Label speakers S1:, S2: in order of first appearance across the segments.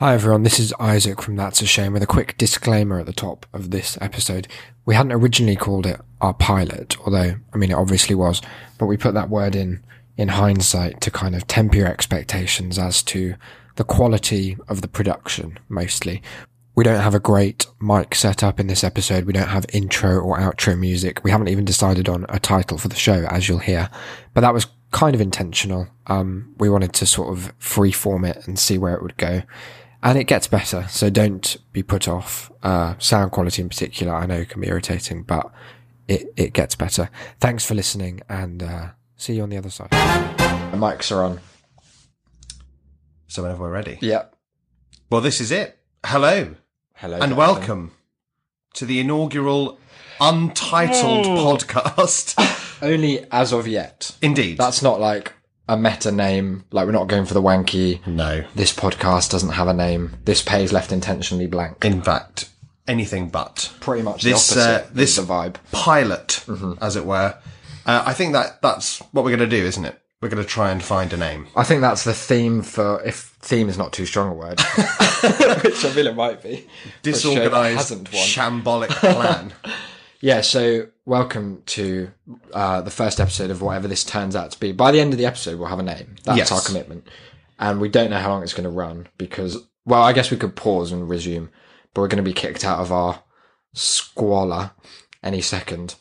S1: Hi everyone, this is Isaac from That's a Shame with a quick disclaimer at the top of this episode. We hadn't originally called it our pilot, although, I mean, it obviously was, but we put that word in in hindsight to kind of temper your expectations as to the quality of the production mostly. We don't have a great mic setup in this episode. We don't have intro or outro music. We haven't even decided on a title for the show, as you'll hear. But that was kind of intentional. Um, we wanted to sort of freeform it and see where it would go. And it gets better, so don't be put off. Uh, sound quality in particular, I know can be irritating, but it, it gets better. Thanks for listening and uh, see you on the other side. mics are on.
S2: So whenever we're ready.
S1: Yep.
S2: Well, this is it. Hello
S1: Hello.
S2: and welcome to the inaugural Untitled podcast.
S1: Only as of yet.
S2: Indeed.
S1: That's not like a meta name. Like we're not going for the wanky.
S2: no.
S1: This podcast doesn't have a name. This page left intentionally blank.
S2: In fact, anything but
S1: Pretty much
S2: This,
S1: the
S2: uh,
S1: opposite.
S2: this-
S1: is the vibe.
S2: pilot,
S1: Mm-hmm.
S2: as it were. Uh, I think that that's what we're going to do, isn't it? We're going to try and find a name.
S1: I think that's the theme for if theme is not too strong a word, which I feel it might be. for a show that
S2: Disorganized,
S1: hasn't one.
S2: shambolic plan.
S1: Yeah, so welcome to uh, the first episode of whatever this turns out to be. By the end of the episode, we'll have a name. That's
S2: Yes.
S1: our commitment. And we don't know how long it's going to run because, well, I guess we could pause and resume, but we're going to be kicked out of our squalor any second.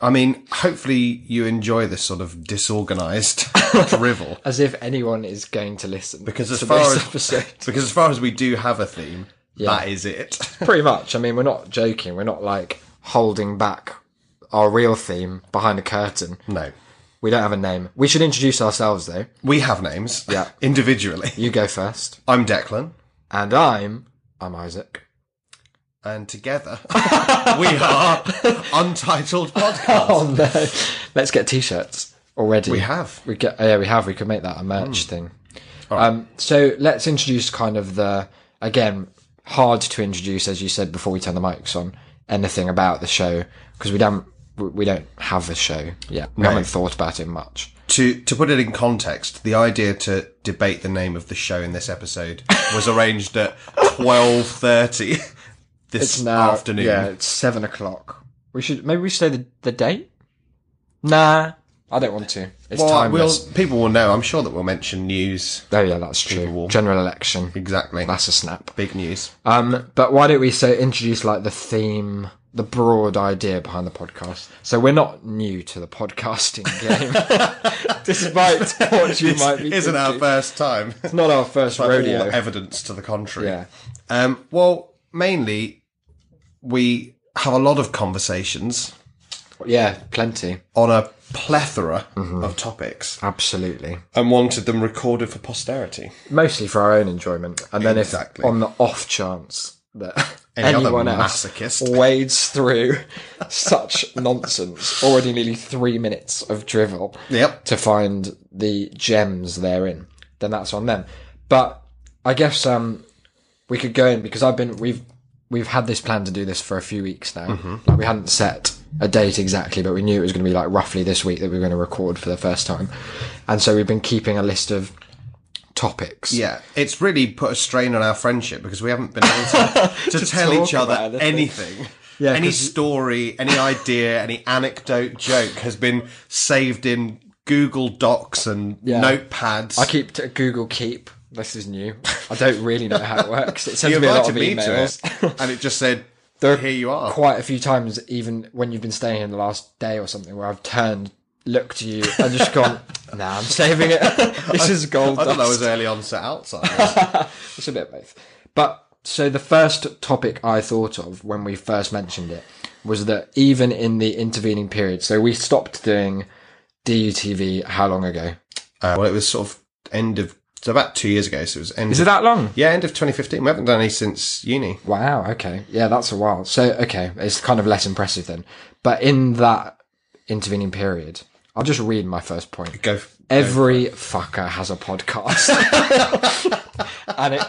S2: I mean, hopefully you enjoy this sort of disorganized drivel.
S1: As if anyone is going to listen.
S2: Because as
S1: to
S2: far
S1: this
S2: as-
S1: episode.
S2: Because as far as we do have a theme, that is it.
S1: pretty much. I mean, we're not joking. We're not like holding back our real theme behind a curtain.
S2: no.
S1: We don't have a name. We should introduce ourselves though.
S2: We have names.
S1: Yeah.
S2: Individually.
S1: You go first.
S2: I'm Declan,
S1: And I'm I'm Isaac.
S2: and together we are Untitled Podcast.
S1: Oh no. Let's get t-shirts already.
S2: We have. Mm.
S1: We get oh, yeah, we have. We could make that a merch thing. Um so let's introduce kind of the again hard to introduce as you said before we turn the mics on anything about the show because we don't we we don't have a show yet. We haven't thought about it much.
S2: To to put it in context, the idea to debate the name of the show in this episode was arranged at twelve thirty this
S1: now,
S2: afternoon.
S1: Yeah, it's seven o'clock. We should maybe we say the, the date. Nah, I don't want to. It's
S2: Well, I- we'll,
S1: timeless.
S2: people will know. I'm sure that we'll mention news.
S1: Oh yeah, that's true. General election.
S2: Exactly.
S1: That's a snap.
S2: Big news.
S1: Um, but why don't we so introduce like the theme, the broad idea behind the podcast? So we're not new to the podcasting game, despite what you might be.
S2: Isn't our
S1: thinking.
S2: first time.
S1: It's not our first
S2: All
S1: rodeo.
S2: evidence to the contrary.
S1: Yeah.
S2: Um, well, mainly we have a lot of conversations
S1: Yeah, plenty.
S2: on a plethora
S1: Mm-hmm.
S2: of topics
S1: Absolutely.
S2: and wanted them recorded for posterity.
S1: mostly for our own enjoyment. And then
S2: Exactly.
S1: if on the off chance that
S2: Any other
S1: anyone else
S2: masochist.
S1: wades through such nonsense, already nearly three minutes of drivel,
S2: Yep.
S1: to find the gems therein, then that's on them. But I guess um, we could go in because I've been we've we've had this plan to do this for a few weeks now.
S2: Mm-hmm.
S1: Like we hadn't set a date exactly, but we knew it was going to be like roughly this week that we were going to record for the first time, and so we've been keeping a list of topics.
S2: Yeah, it's really put a strain on our friendship because we haven't been able to, to, tell
S1: talk
S2: each other
S1: about anything.
S2: anything.
S1: Yeah,
S2: any
S1: 'cause-
S2: story, any idea, any anecdote, joke has been saved in Google Docs and
S1: Yeah.
S2: notepads.
S1: I keep t- Google Keep. This is new. I don't really know how it works. It
S2: you
S1: sends me a lot
S2: invited
S1: of
S2: me to
S1: emails.
S2: it, and it just said,
S1: There-
S2: "Here you are."
S1: quite a few times, even when you've been staying in the last day or something, where I've turned, looked at you, and just gone, nah, I'm saving it. this is gold.
S2: I thought that
S1: dust."
S2: was early onset Alzheimer's.
S1: It's a bit of both. But so the first topic I thought of when we first mentioned it was that even in the intervening period, so we stopped doing DUTV how long ago?
S2: uh, well, it was sort of end of so about two years ago. So it was end.
S1: Is it
S2: of,
S1: that long?
S2: yeah, end of 2015. We haven't done any since uni.
S1: Wow. Okay. Yeah, that's a while. So okay, it's kind of less impressive then. But in that intervening period, I'll just read my first point.
S2: Go. f-
S1: Every fucker has a podcast. and it,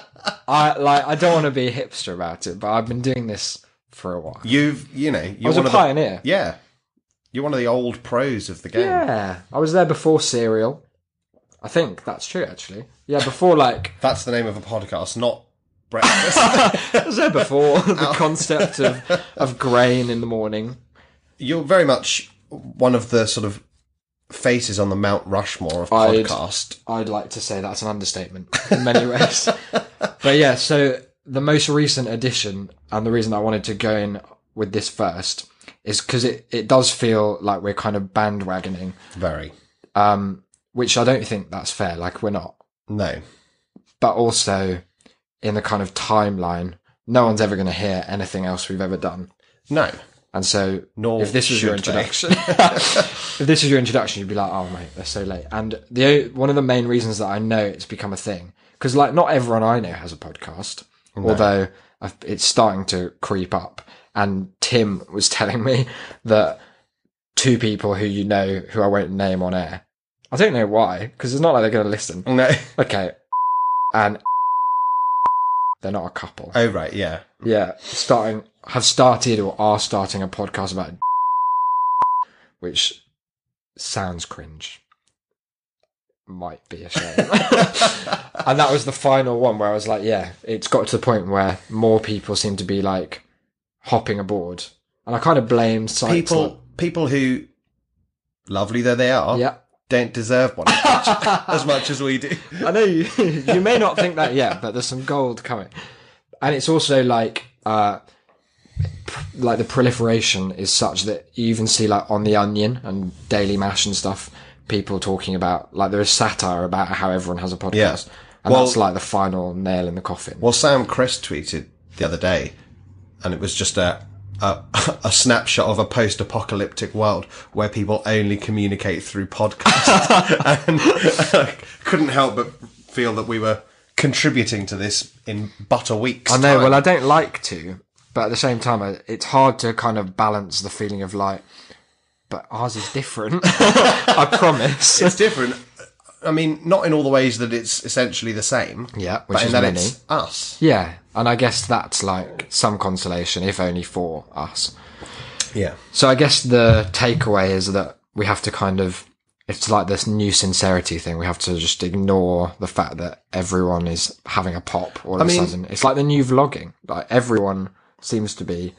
S1: I like. I don't want to be a hipster about it, but I've been doing this for a while.
S2: You've you know
S1: I
S2: you're
S1: was a
S2: one of the
S1: pioneer.
S2: yeah. You're one of the old pros of the game.
S1: Yeah, I was there before Serial. I think that's true, actually. Yeah, before like
S2: That's the name of a podcast, not breakfast.
S1: I was there before. the concept of, of grain in the morning.
S2: You're very much one of the sort of faces on the Mount Rushmore of
S1: I'd-
S2: podcast.
S1: I'd like to say that's an understatement in many ways. but yeah, so the most recent edition, and the reason I wanted to go in with this first is because it, it does feel like we're kind of bandwagoning,
S2: Very.
S1: um, which I don't think that's fair. Like, we're not.
S2: No.
S1: But also, in the kind of timeline, no one's ever going to hear anything else we've ever done.
S2: No.
S1: And so,
S2: Nor
S1: if this was your
S2: should they.
S1: introduction, if this was your introduction, you'd be like, "Oh mate, they're so late." And the o- one of the main reasons that I know it's become a thing because like not everyone I know has a podcast, although I've, it's starting to creep up. And Tim was telling me that two people who you know who I won't name on air. I don't know why because it's not like they're going to listen.
S2: No.
S1: Okay, and they're not a couple
S2: Oh, right. Yeah.
S1: yeah, starting have started or are starting a podcast about which sounds cringe. Might be a shame. and that was the final one where I was like, yeah, it's got to the point where more people seem to be like hopping aboard. And I kind of blame sites
S2: People, people who, lovely though they are,
S1: like- yeah.
S2: don't deserve one as much, as much as we do.
S1: I know you, you may not think that yet, but there's some gold coming. And it's also like, uh, pr- like the proliferation is such that you even see like on the Onion and Daily Mash and stuff, people talking about like there is satire about how everyone has a podcast,
S2: Yeah.
S1: and
S2: Well-
S1: that's like the final nail in the coffin.
S2: Well, Sam Chris tweeted the other day, and it was just a a, a snapshot of a post-apocalyptic world where people only communicate through podcasts. and I couldn't help but feel that we were contributing to this in but a week's
S1: I know.
S2: time.
S1: Well, I don't like to, but at the same time, I- it's hard to kind of balance the feeling of like, but ours is different. I promise.
S2: it's different. I mean, not in all the ways that it's essentially the same.
S1: Yeah, which
S2: but in
S1: is
S2: that
S1: many.
S2: it's us.
S1: Yeah, and I guess that's like some consolation, if only for us.
S2: Yeah.
S1: So I guess the takeaway is that we have to kind of, it's like this new sincerity thing. We have to just ignore the fact that everyone is having a pop all of
S2: mean-
S1: a sudden. It's like the new vlogging. Like everyone seems to be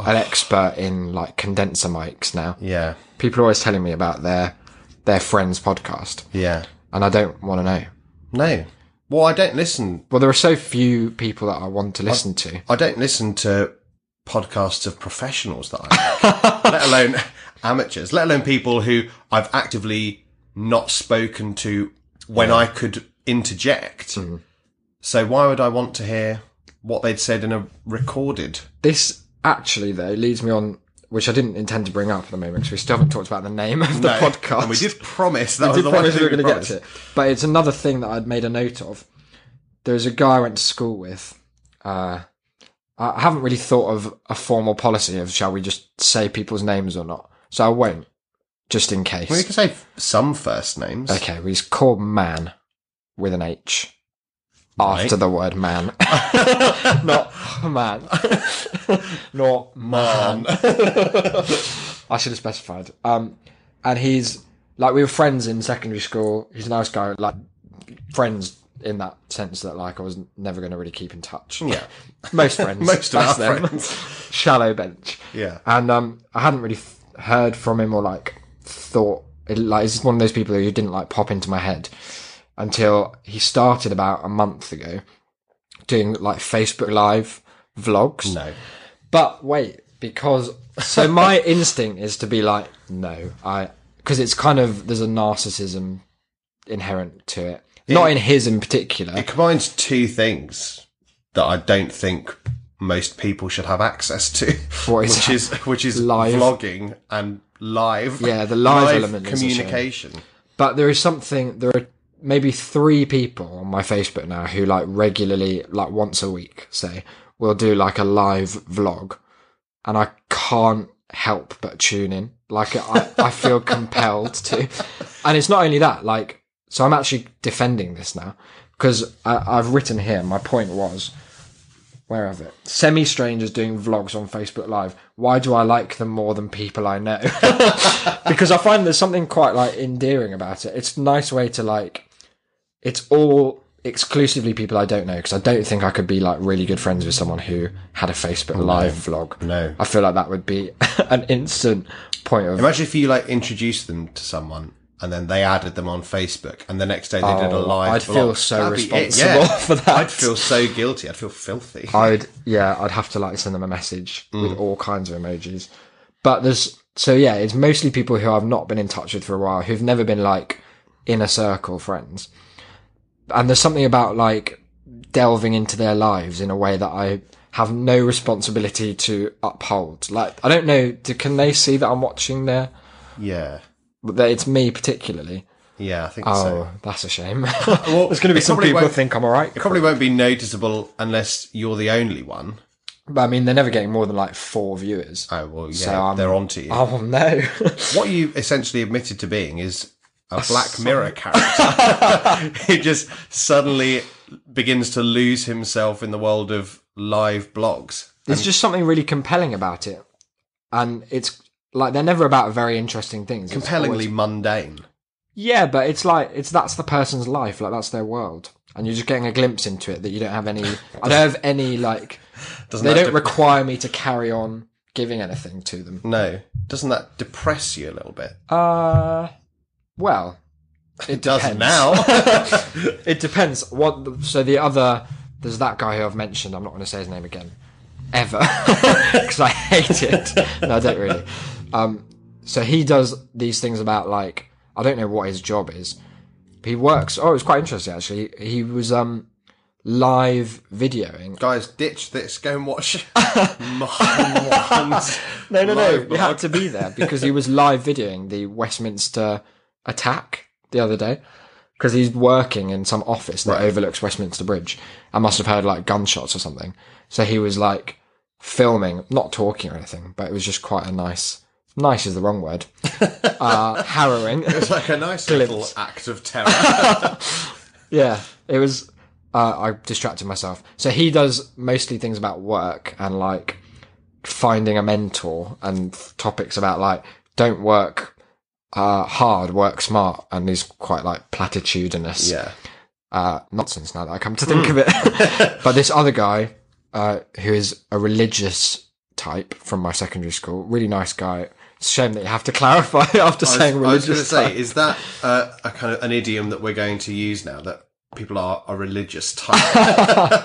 S1: an expert in like condenser mics now.
S2: Yeah.
S1: People are always telling me about their their friend's podcast,
S2: Yeah.
S1: and I don't want to know.
S2: No. Well, I don't listen
S1: Well, there are so few people that I want to listen to.
S2: I don't listen to podcasts of professionals that I like, let alone amateurs, let alone people who I've actively not spoken to when I could interject. So why would I want to hear what they'd said in a recorded?
S1: This actually, though, leads me on, which I didn't intend to bring up at the moment because we still haven't talked about the name of the podcast.
S2: Uh, And we did promise that
S1: I
S2: was
S1: did
S2: the one
S1: promise
S2: thing
S1: we were
S2: we
S1: going to get
S2: promised.
S1: to it. But it's another thing that I'd made a note of. There's a guy I went to school with. Uh, I haven't really thought of a formal policy of shall we just say people's names or not. So I won't, just in case.
S2: We can say f- some first names.
S1: Okay, well, he's called Man with an H after the word man. Not man. Not man. I should have specified. Um, and he's like we were friends in secondary school. He's a nice guy, like friends in that sense that like I was never going to really keep in touch.
S2: Yeah.
S1: most friends,
S2: Most of
S1: that's
S2: our
S1: them.
S2: friends.
S1: shallow bench.
S2: Yeah.
S1: And um, I hadn't really th- heard from him or like thought it, like he's one of those people who didn't like pop into my head until he started about a month ago doing like Facebook Live vlogs.
S2: No.
S1: But wait, because so my instinct is to be like, no, I because it's kind of there's a narcissism inherent to it. Not in his in particular.
S2: It combines two things that I don't think most people should have access to,
S1: What is
S2: which
S1: that?
S2: is which is
S1: Live?
S2: vlogging and live.
S1: Yeah, the live element is a shame.
S2: communication.
S1: but there is something there are maybe three people on my facebook now who like regularly like once a week say will do like a live vlog and i can't help but tune in like i, I feel compelled to and it's not only that like so i'm actually defending this now because i've written here my point was where have it semi strangers doing vlogs on facebook live why do i like them more than people i know because I find there's something quite like endearing about it. It's a nice way to like. It's all exclusively people I don't know because I don't think I could be like really good friends with someone who had a Facebook live vlog.
S2: No.
S1: I feel like that would be an instant point of
S2: Imagine if you like introduced them to someone and then they added them on Facebook and the next day they did a
S1: Oh,
S2: live.
S1: I'd feel
S2: blog.
S1: so
S2: That'd be it,
S1: responsible for that.
S2: I'd feel so guilty. I'd feel filthy.
S1: I'd yeah, I'd have to like send them a message
S2: Mm.
S1: with all kinds of emojis. But there's so yeah, it's mostly people who I've not been in touch with for a while, who've never been like inner circle friends. And there's something about like delving into their lives in a way that I have no responsibility to uphold. Like I don't know, do, can they see that I'm watching their
S2: yeah.
S1: that it's me particularly?
S2: Yeah, I think
S1: Oh,
S2: so.
S1: that's a shame.
S2: Well,
S1: there's going to be
S2: it
S1: some
S2: probably
S1: people who
S2: won't-
S1: think I'm alright.
S2: It probably won't be noticeable unless you're the only one.
S1: But I mean, they're never getting more than like four viewers.
S2: Oh well, yeah,
S1: I'm-
S2: they're onto you.
S1: Oh no.
S2: What you essentially admitted to being is a, Black Mirror character who just suddenly begins to lose himself in the world of live blogs.
S1: There's just something really compelling about it, and it's like they're never about very interesting things. It's
S2: Compellingly
S1: always-
S2: mundane.
S1: yeah, but it's like it's that's the person's life, like that's their world, and you're just getting a glimpse into it that you don't have any. I don't have any like.
S2: Doesn't
S1: They
S2: that
S1: don't
S2: de-
S1: require me to carry on giving anything to them.
S2: no. Doesn't that depress you a little bit?
S1: Uh, well, it
S2: Does
S1: depends.
S2: now.
S1: It depends. What? the- So the other there's that guy who I've mentioned. I'm not going to say his name again, ever, because I hate it. No, I don't really. Um, so he does these things about like I don't know what his job is. He works. Oh, it's quite interesting actually. He was um live videoing.
S2: Guys, ditch this. Go and watch Martin Wan's
S1: No, no,
S2: live
S1: no. He had
S2: blog.
S1: to be there because he was live videoing the Westminster attack the other day. Because he's working in some office that overlooks Westminster Bridge and must have heard like gunshots or something. So he was like filming, not talking or anything, but it was just quite a nice, nice is the wrong word, uh, harrowing.
S2: It's like a nice little act of terror.
S1: Yeah, it was. Uh, I distracted myself. So he does mostly things about work and like finding a mentor and topics about like don't work uh, hard, work smart, and these quite like platitudinous
S2: yeah.
S1: uh, nonsense. Now that I come to think of
S2: Hmm.
S1: it, but this other guy uh, who is a religious type from my secondary school, really nice guy. It's a shame that you have to clarify after saying
S2: I was going to
S1: religious.
S2: say,
S1: type.
S2: is that uh, a kind of an idiom that we're going to use now that people are a religious type?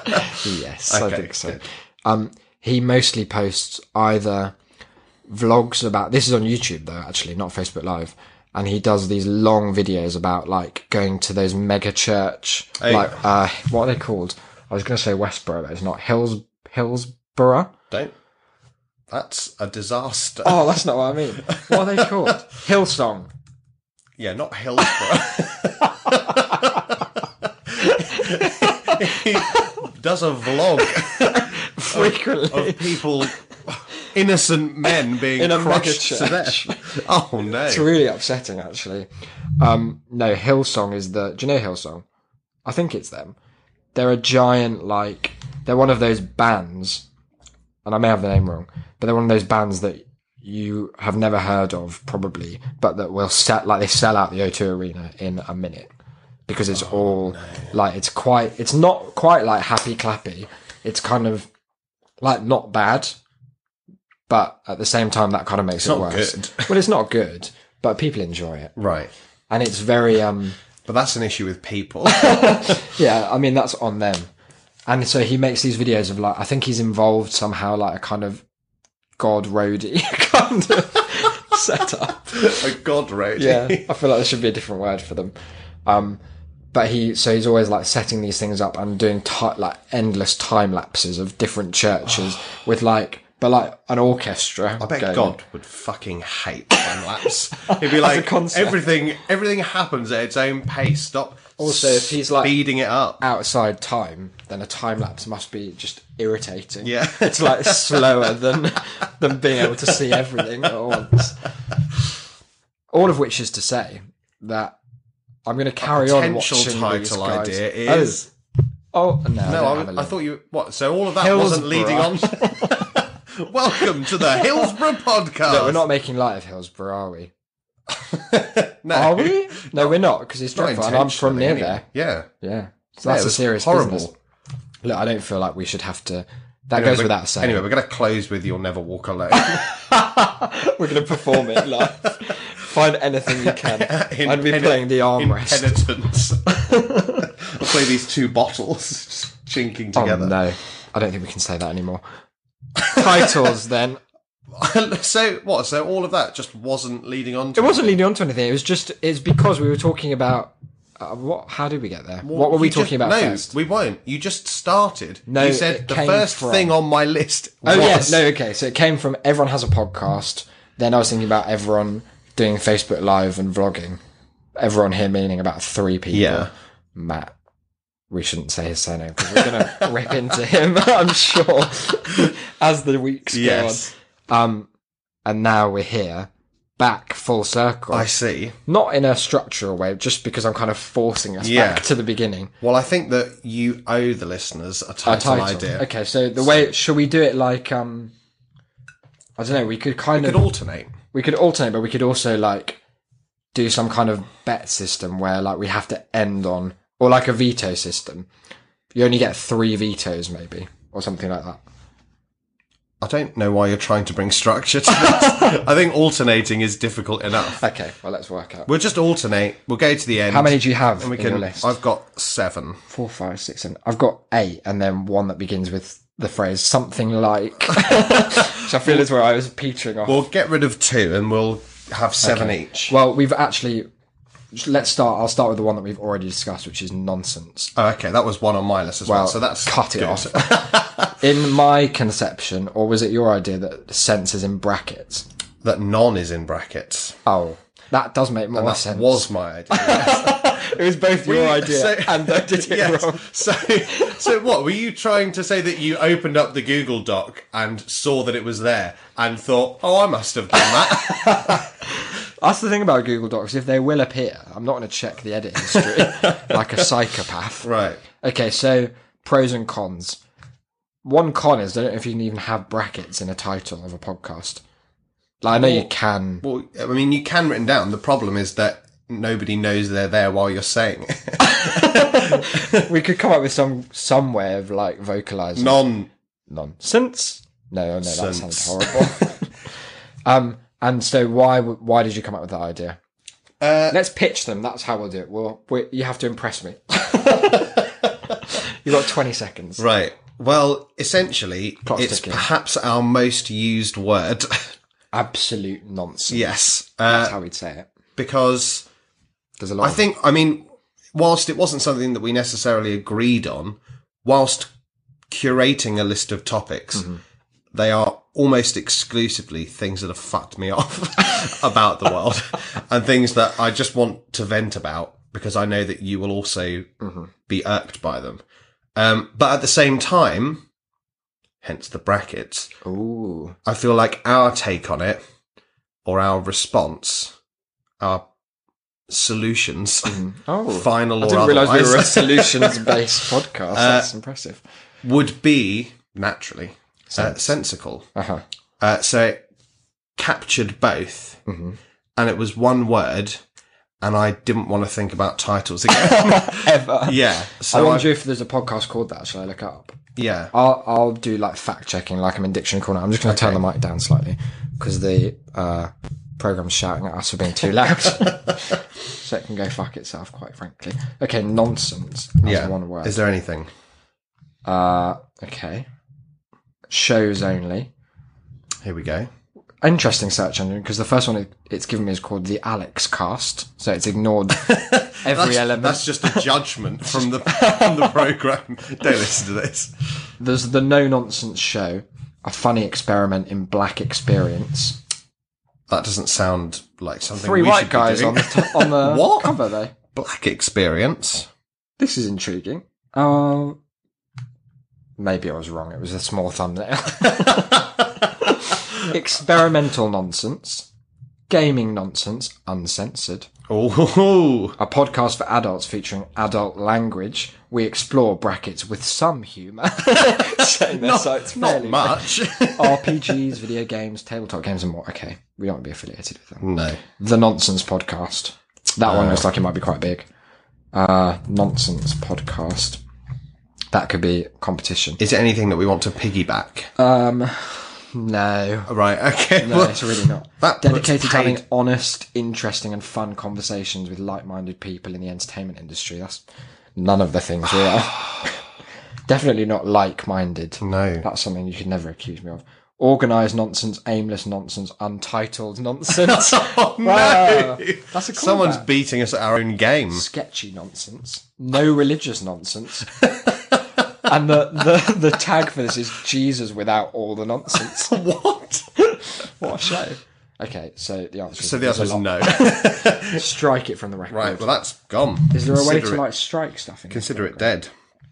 S1: Yes, I
S2: Okay,
S1: think so.
S2: good.
S1: Um, he mostly posts either vlogs about this is on YouTube though, actually, not Facebook Live. And he does these long videos about like going to those mega church, like uh, what are they called? I was going to say Westboro, but it's not Hills Hillsborough.
S2: Don't. That's a disaster.
S1: Oh, that's not what I mean. What are they called? Hillsong.
S2: Yeah, not Hillsborough. he does a vlog
S1: Oh, Frequently,
S2: of people, innocent men being
S1: In a
S2: crushed to
S1: mega
S2: death. Oh no!
S1: it's really upsetting, actually. Um, no, Hillsong is the. Do you know Hillsong? I think it's them. They're a giant, like they're one of those bands, and I may have the name wrong, but they're one of those bands that you have never heard of, probably, but that will set like they sell out the O2 Arena in a minute because
S2: Oh,
S1: it's all like it's quite, it's not quite like happy clappy. It's kind of like not bad, but at the same time that kind of makes it
S2: not
S1: worse.
S2: good.
S1: well, it's not good, but people enjoy it,
S2: Right,
S1: and it's very um.
S2: but that's an issue with people.
S1: Yeah, I mean that's on them. And so he makes these videos of like I think he's involved somehow like a kind of God roadie kind of setup.
S2: a god road.
S1: Yeah, I feel like there should be a different word for them. Um, but he so he's always like setting these things up and doing ti like endless time lapses of different churches with like but like an orchestra.
S2: I bet God would fucking hate time lapse. He'd be like,
S1: concept.
S2: everything, everything happens at its own pace. Stop.
S1: Also, if he's like-
S2: speeding it up,
S1: outside time, then a time lapse must be just irritating.
S2: Yeah.
S1: it's like slower than than being able to see everything at once. All of which is to say that I'm going to carry on
S2: potential
S1: watching these
S2: title
S1: guys.
S2: idea
S1: Oh,
S2: is.
S1: Oh, no, I, don't
S2: no,
S1: have a
S2: I, I
S1: link.
S2: thought you. What? So all of that wasn't leading on.
S1: Hillsborough.
S2: Welcome to the Hillsborough podcast.
S1: We're not making light of Hillsborough, are we?
S2: No,
S1: Are we? No, we're not because it's
S2: Not
S1: dreadful, and I'm from
S2: intentionally,
S1: near
S2: anyway.
S1: there.
S2: Yeah.
S1: Yeah, So that's a
S2: it was
S1: serious
S2: horrible.
S1: business. Look, I don't feel like we should have to. That
S2: Anyway,
S1: goes
S2: we're-
S1: without saying.
S2: Anyway, we're going to close with "You'll Never Walk Alone"
S1: we're going to perform it live. Find anything you can.
S2: In
S1: I'd be
S2: peni-
S1: playing the
S2: in
S1: armrest.
S2: penitence. I'll play these two bottles just chinking
S1: Oh,
S2: together.
S1: no, I don't think we can say that anymore. Titles then.
S2: so what? So all of that just wasn't leading on. To
S1: It wasn't leading on to anything. It was just it's because we were talking about uh, what. How did we get there? what were we
S2: You just-
S1: talking about
S2: No,
S1: first?
S2: we won't. You just started.
S1: No,
S2: you said
S1: it
S2: the
S1: came
S2: first
S1: from-
S2: thing on my list.
S1: Oh
S2: was
S1: yes, no, okay. So it came from everyone has a podcast. Then I was thinking about everyone doing Facebook Live and vlogging. Everyone here meaning about three people.
S2: Yeah.
S1: Matt. We shouldn't say his surname because we're gonna rip into him. I'm sure as the weeks
S2: Yes,
S1: go on. Um, and now we're here, back full circle.
S2: I see.
S1: Not in a structural way, just because I'm kind of forcing us
S2: Yeah.
S1: back to the beginning.
S2: Well, I think that you owe the listeners a
S1: A
S2: title,
S1: title.
S2: idea.
S1: Okay, so the way should we do it like um, I don't know. We could kind
S2: We
S1: of
S2: could alternate.
S1: we could alternate, but we could also like do some kind of bet system where like we have to end on or like a veto system. You only get three vetoes, maybe, or something like that.
S2: I don't know why you're trying to bring structure to this. I think alternating is difficult enough.
S1: Okay, well let's work out.
S2: We'll just alternate. We'll go to the end.
S1: How many do you have
S2: We
S1: in
S2: can.
S1: your list?
S2: I've got seven.
S1: Four, five, six, seven. I've got eight, and then one that begins with the phrase something like. which I feel is where I was petering off.
S2: We'll get rid of two, and we'll have seven each.
S1: Well, we've actually. Let's start. I'll start with the one that we've already discussed, which is nonsense.
S2: Oh, okay, that was one on my list as well.
S1: Well,
S2: so Oh, that's
S1: cut it
S2: good.
S1: off. in my conception, or was it your idea that sense is in brackets?
S2: That non is in brackets.
S1: Oh, that does make more
S2: That
S1: sense.
S2: was my idea.
S1: it was both your idea
S2: so-
S1: and I did it
S2: Yes.
S1: wrong.
S2: So, so what were you trying to say that you opened up the Google Doc and saw that it was there and thought, oh, I must have done that.
S1: That's the thing about Google Docs. If they will appear, I'm not going to check the edit history like a psychopath.
S2: right.
S1: Okay, so pros and cons. One con is I don't know if you can even have brackets in a title of a podcast. Like I know you can.
S2: Well, I mean, you can written down. The problem is that nobody knows they're there while you're saying it.
S1: We could come up with some some way of like vocalizing.
S2: non.
S1: nonsense. No, no, that sounds
S2: Sense.
S1: horrible. um, and so why w- why did you come up with that idea?
S2: Uh,
S1: Let's pitch them. That's how we'll do it. We'll, we you have to impress me. You've got twenty seconds.
S2: Right. Well, essentially,
S1: Clock's
S2: it's
S1: ticking.
S2: perhaps our most used word.
S1: Absolute nonsense.
S2: yes. Uh,
S1: That's how we'd say it.
S2: because
S1: There's a lot.
S2: I think, I mean, whilst it wasn't something that we necessarily agreed on, whilst curating a list of topics, they are almost exclusively things that have fucked me off about the world and things that I just want to vent about because I know that you will also be irked by them. Um, but at the same time, hence the brackets,
S1: Of, ooh,
S2: I feel like our take on it or our response, our solutions,
S1: oh,
S2: final
S1: I
S2: or
S1: didn't realise we
S2: otherwise,
S1: were a solutions-based podcast. That's impressive.
S2: would be naturally uh, sensical.
S1: Uh huh.
S2: Uh, so it captured both, and it was one word, and I didn't want to think about titles again.
S1: Ever.
S2: yeah.
S1: I
S2: So I-
S1: wonder if there's a podcast called that. Shall I look it up?
S2: yeah.
S1: I'll, I'll do like fact checking, like I'm in Dictionary Corner. I'm just going to turn the mic down slightly because the uh, program's shouting at us for being too loud. so it can go fuck itself, quite frankly. Okay, nonsense. That's
S2: Yeah.
S1: one word.
S2: Is there anything?
S1: uh, okay. Shows only.
S2: Here we go.
S1: Interesting search engine because the first one it, it's given me is called the Alex Cast, so it's ignored every element.
S2: That's just a judgment from the from the program. Don't listen to this.
S1: There's the No Nonsense Show, a funny experiment in black experience.
S2: That doesn't sound like something.
S1: three
S2: we should
S1: white
S2: be
S1: guys
S2: doing.
S1: on the t- on the
S2: What?
S1: cover though.
S2: black experience.
S1: This is intriguing. Um, maybe I was wrong. It was a small thumbnail. Experimental nonsense, gaming nonsense, uncensored.
S2: Oh,
S1: A podcast for adults featuring adult language. We explore brackets with some humour. Saying their sites
S2: not
S1: fairly-
S2: much.
S1: RPGs, video games, tabletop games, and more. Okay, we don't want to be affiliated with them.
S2: no. Uh,
S1: The Nonsense Podcast. That one looks like it might be quite big. uh, nonsense podcast. That could be competition.
S2: Is it anything that we want to piggyback?
S1: No,
S2: right. Okay.
S1: no,
S2: well,
S1: it's really not.
S2: that
S1: Dedicated to
S2: puts paid-
S1: having honest, interesting, and fun conversations with like-minded people in the entertainment industry. That's none of the things we are. Definitely not like-minded.
S2: no.
S1: That's something you should never accuse me of. Organised nonsense, aimless nonsense, untitled nonsense.
S2: Oh, no.
S1: Wow. That's a
S2: Someone's
S1: callback.
S2: beating us at our own game.
S1: sketchy nonsense, no religious nonsense. and the, the, the tag for this is Jesus without all the nonsense.
S2: What?
S1: What a show. Okay, so the answer is,
S2: So the answer is
S1: there's a
S2: no.
S1: lot. strike it from the record.
S2: Right. Well, that's gone.
S1: Is there a way to
S2: Consider it-
S1: like strike stuff in
S2: consider it dead?
S1: it?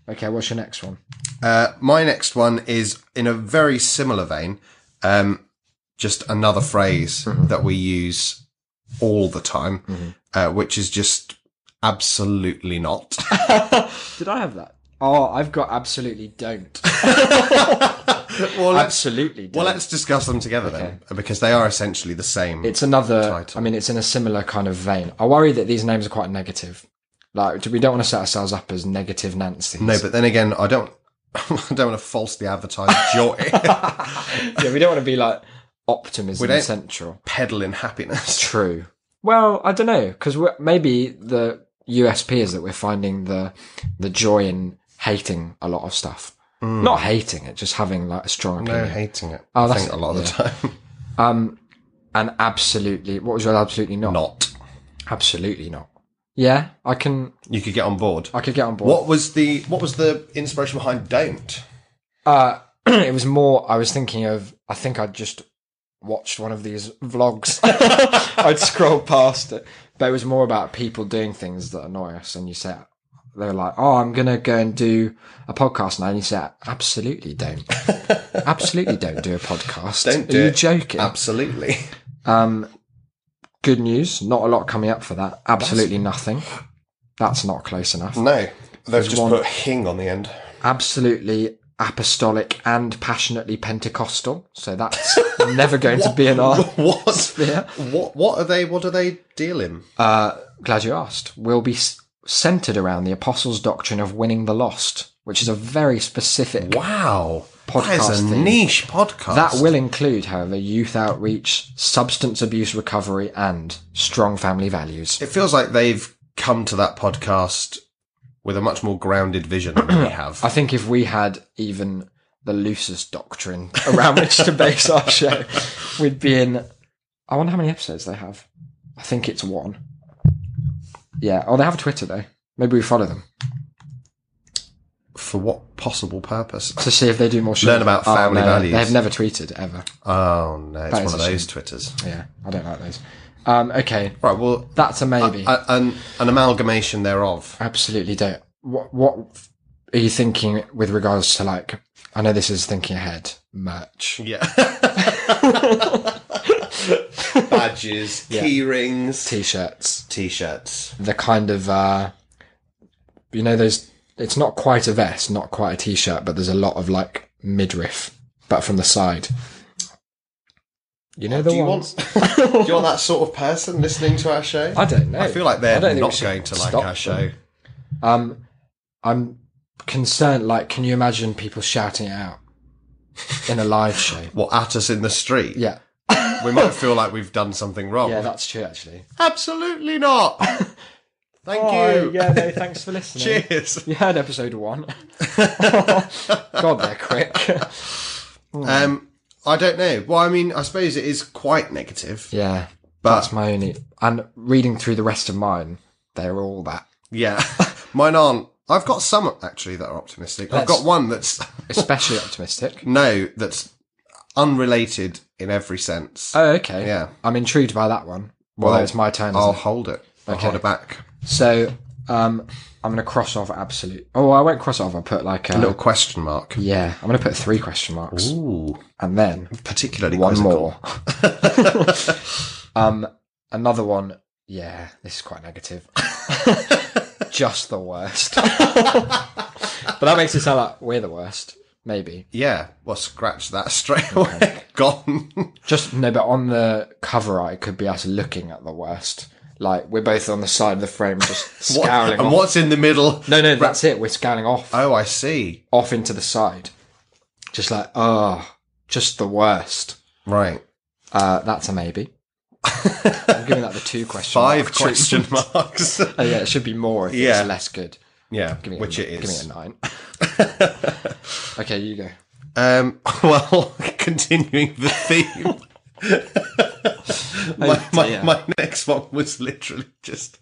S1: Okay, what's your next one?
S2: Uh, my next one is in a very similar vein. Um, just another phrase
S1: Mm-hmm.
S2: that we use all the time, uh, which is just absolutely not.
S1: Did I have that? Oh, I've got absolutely don't.
S2: well, let's,
S1: absolutely don't.
S2: Uh, well, let's discuss them together then, because they are essentially the same.
S1: it's another i mean it's in a similar kind of vein i worry that these names are quite negative like we don't want to set ourselves up as negative nancy's
S2: no, but then again, I don't. I don't want to falsely advertise joy,
S1: yeah we don't want to be like optimism
S2: don't-
S1: central
S2: peddling happiness.
S1: true well i don't know because maybe the usp is that we're finding the the joy in hating a lot of stuff not hating it just having like a strong
S2: No
S1: opinion
S2: hating it.
S1: Oh,
S2: I
S1: that's
S2: think a
S1: it,
S2: lot of the time.
S1: and absolutely what was your absolutely not?
S2: Not.
S1: absolutely not yeah i can
S2: You could get on board.
S1: i could get on board
S2: What was the What was the inspiration behind don't?
S1: Uh, it was more, I was thinking of, I think I'd just watched one of these vlogs. I'd scroll past it. But it was more about people doing things that annoy us. And you say, they're like, oh, I'm going to go and do a podcast now. And you say, absolutely don't. absolutely don't do a podcast.
S2: Don't do
S1: Are you
S2: it.
S1: joking?
S2: Absolutely.
S1: um, good news. Not a lot coming up for that. Absolutely nothing. That's not close enough.
S2: No, they've just
S1: one-
S2: put hing on the end.
S1: absolutely apostolic and passionately Pentecostal. So that's never going to be an art.
S2: What? What? What are they? What are they dealing?
S1: Uh, glad you asked. Will be s- centered around the apostles' doctrine of winning the lost, which is a very specific.
S2: Wow, that is a
S1: Podcast thing.
S2: niche podcast.
S1: That will include, however, youth outreach, substance abuse recovery, and strong family values.
S2: it feels like they've come to that podcast with a much more grounded vision than we have.
S1: I think if we had even the loosest doctrine around which to base our show, we'd be in. I wonder how many episodes they have. I think it's one. Yeah. Oh, they have a Twitter though. Maybe we follow them
S2: For what possible purpose?
S1: to see if they do more Oh, shows.
S2: Learn about family values.
S1: They have never tweeted ever.
S2: Oh no, it's
S1: is
S2: one of
S1: a
S2: those twitters.
S1: Yeah, I don't like those. Um, okay,
S2: Right. Well,
S1: that's a maybe.
S2: a- an an amalgamation thereof.
S1: Absolutely don't. What What are you thinking with regards to like? I know this is thinking ahead. Merch.
S2: Yeah. Badges, key rings,
S1: T-shirts.
S2: t-shirts.
S1: the kind of uh you know there's it's not quite a vest not quite a t-shirt but there's a lot of like midriff but from the side you know the
S2: Do you
S1: ones
S2: want? do you want that sort of person listening to our show?
S1: i don't know
S2: I feel like they're
S1: I don't think we
S2: not
S1: should
S2: going to like
S1: stop
S2: our
S1: them.
S2: show.
S1: um i'm concerned like can you imagine people shouting it out in a live show
S2: What at us in the street?
S1: yeah
S2: We might feel like we've done something wrong.
S1: yeah that's true actually
S2: Absolutely not. Thank you.
S1: Oh, yeah no thanks for listening
S2: Cheers.
S1: you heard episode one. god they're quick Hmm.
S2: Um, I don't know. Well, I mean, I suppose it is quite negative.
S1: yeah
S2: But-
S1: that's my only and reading through the rest of mine they're all that
S2: Yeah, mine aren't. I've got some actually that are optimistic. I've got one that's
S1: especially optimistic.
S2: no that's unrelated in every sense.
S1: Oh, okay.
S2: Yeah.
S1: I'm intrigued by that one. Well,
S2: Well,
S1: it's my turn. Isn't
S2: I'll
S1: it?
S2: hold it. I'll hold it back.
S1: So, um, I'm going to cross off absolute. Oh, I won't cross off. I'll put like a.
S2: Little question mark.
S1: Yeah, I'm going to put three question marks.
S2: Ooh,
S1: And then
S2: particularly
S1: one
S2: quizzical.
S1: more. um, another one. Yeah, this is quite negative. Just the worst. but that makes it sound like we're the worst. Maybe.
S2: Yeah, well, scratch that straight away. Gone.
S1: Just no, but on the cover art, it could be us looking at the worst. Like we're both on the side of the frame, just
S2: What-
S1: scowling.
S2: and
S1: off.
S2: what's in the middle?
S1: No, no, that's it. We're scowling off,
S2: Oh, I see.
S1: off into the side, just like oh, just the worst.
S2: Right.
S1: Uh, that's a maybe. I'm giving that the two question.
S2: Five
S1: mark
S2: question
S1: treatment.
S2: marks.
S1: Oh, yeah, it should be more. If
S2: Yeah.
S1: it's less good.
S2: yeah,
S1: Give me
S2: which
S1: a,
S2: it
S1: Give me
S2: is.
S1: a nine. okay, you go.
S2: Um, well, continuing the theme. my, my,
S1: dear.
S2: my next one was literally just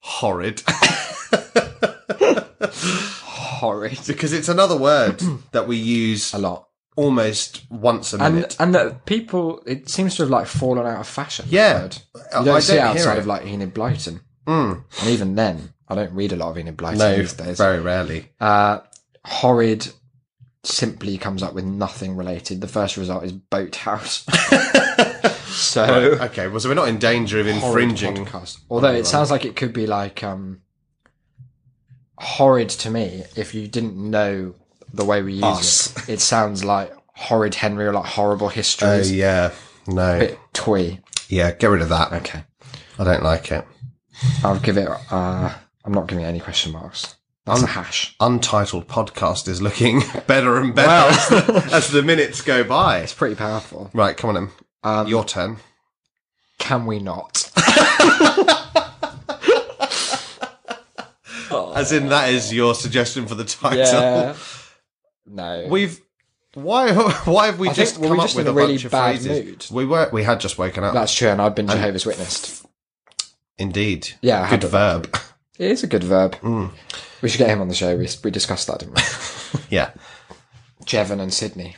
S2: horrid
S1: Horrid.
S2: because it's another word that we use
S1: A lot.
S2: almost once a minute.
S1: And and that people, it seems to have like fallen out of fashion.
S2: Yeah.
S1: word.
S2: I-
S1: you don't
S2: I
S1: see it Hmm.
S2: don't hear
S1: outside
S2: it.
S1: of like Enid Blyton, and even then, I don't read a lot of Enid Blyton
S2: no,
S1: these days.
S2: very rarely.
S1: Uh, horrid simply comes up with nothing related. The first result is boathouse. so
S2: okay, well, so we're not in danger of
S1: horrid
S2: infringing.
S1: podcast. Although it sounds like it could be like um, horrid to me if you didn't know the way we use
S2: Us.
S1: it. It sounds like horrid Henry or like horrible
S2: Oh,
S1: histories.
S2: yeah. No.
S1: Bit twee.
S2: Yeah, get rid of that.
S1: Okay.
S2: I don't like it.
S1: I'll give it. Uh, I'm not giving it any question marks. That's a hash.
S2: Untitled podcast is looking better and better as, the, as the minutes go by.
S1: It's pretty powerful.
S2: Right, come on, Em.
S1: Um,
S2: Your turn.
S1: Can we not?
S2: As in, that is your suggestion for the title.
S1: no.
S2: We've why why have we
S1: I think
S2: just
S1: we're
S2: come
S1: just
S2: up with
S1: in
S2: a
S1: a really
S2: bunch of
S1: bad
S2: phrases?
S1: mood.
S2: We were we had just woken up.
S1: That's true, and I've been Jehovah's Witness.
S2: Indeed.
S1: Yeah, I
S2: Good
S1: had a-
S2: verb.
S1: It is a good verb. We should get him on the show. We, we discussed that, didn't we?
S2: yeah.
S1: Jevon and Sydney.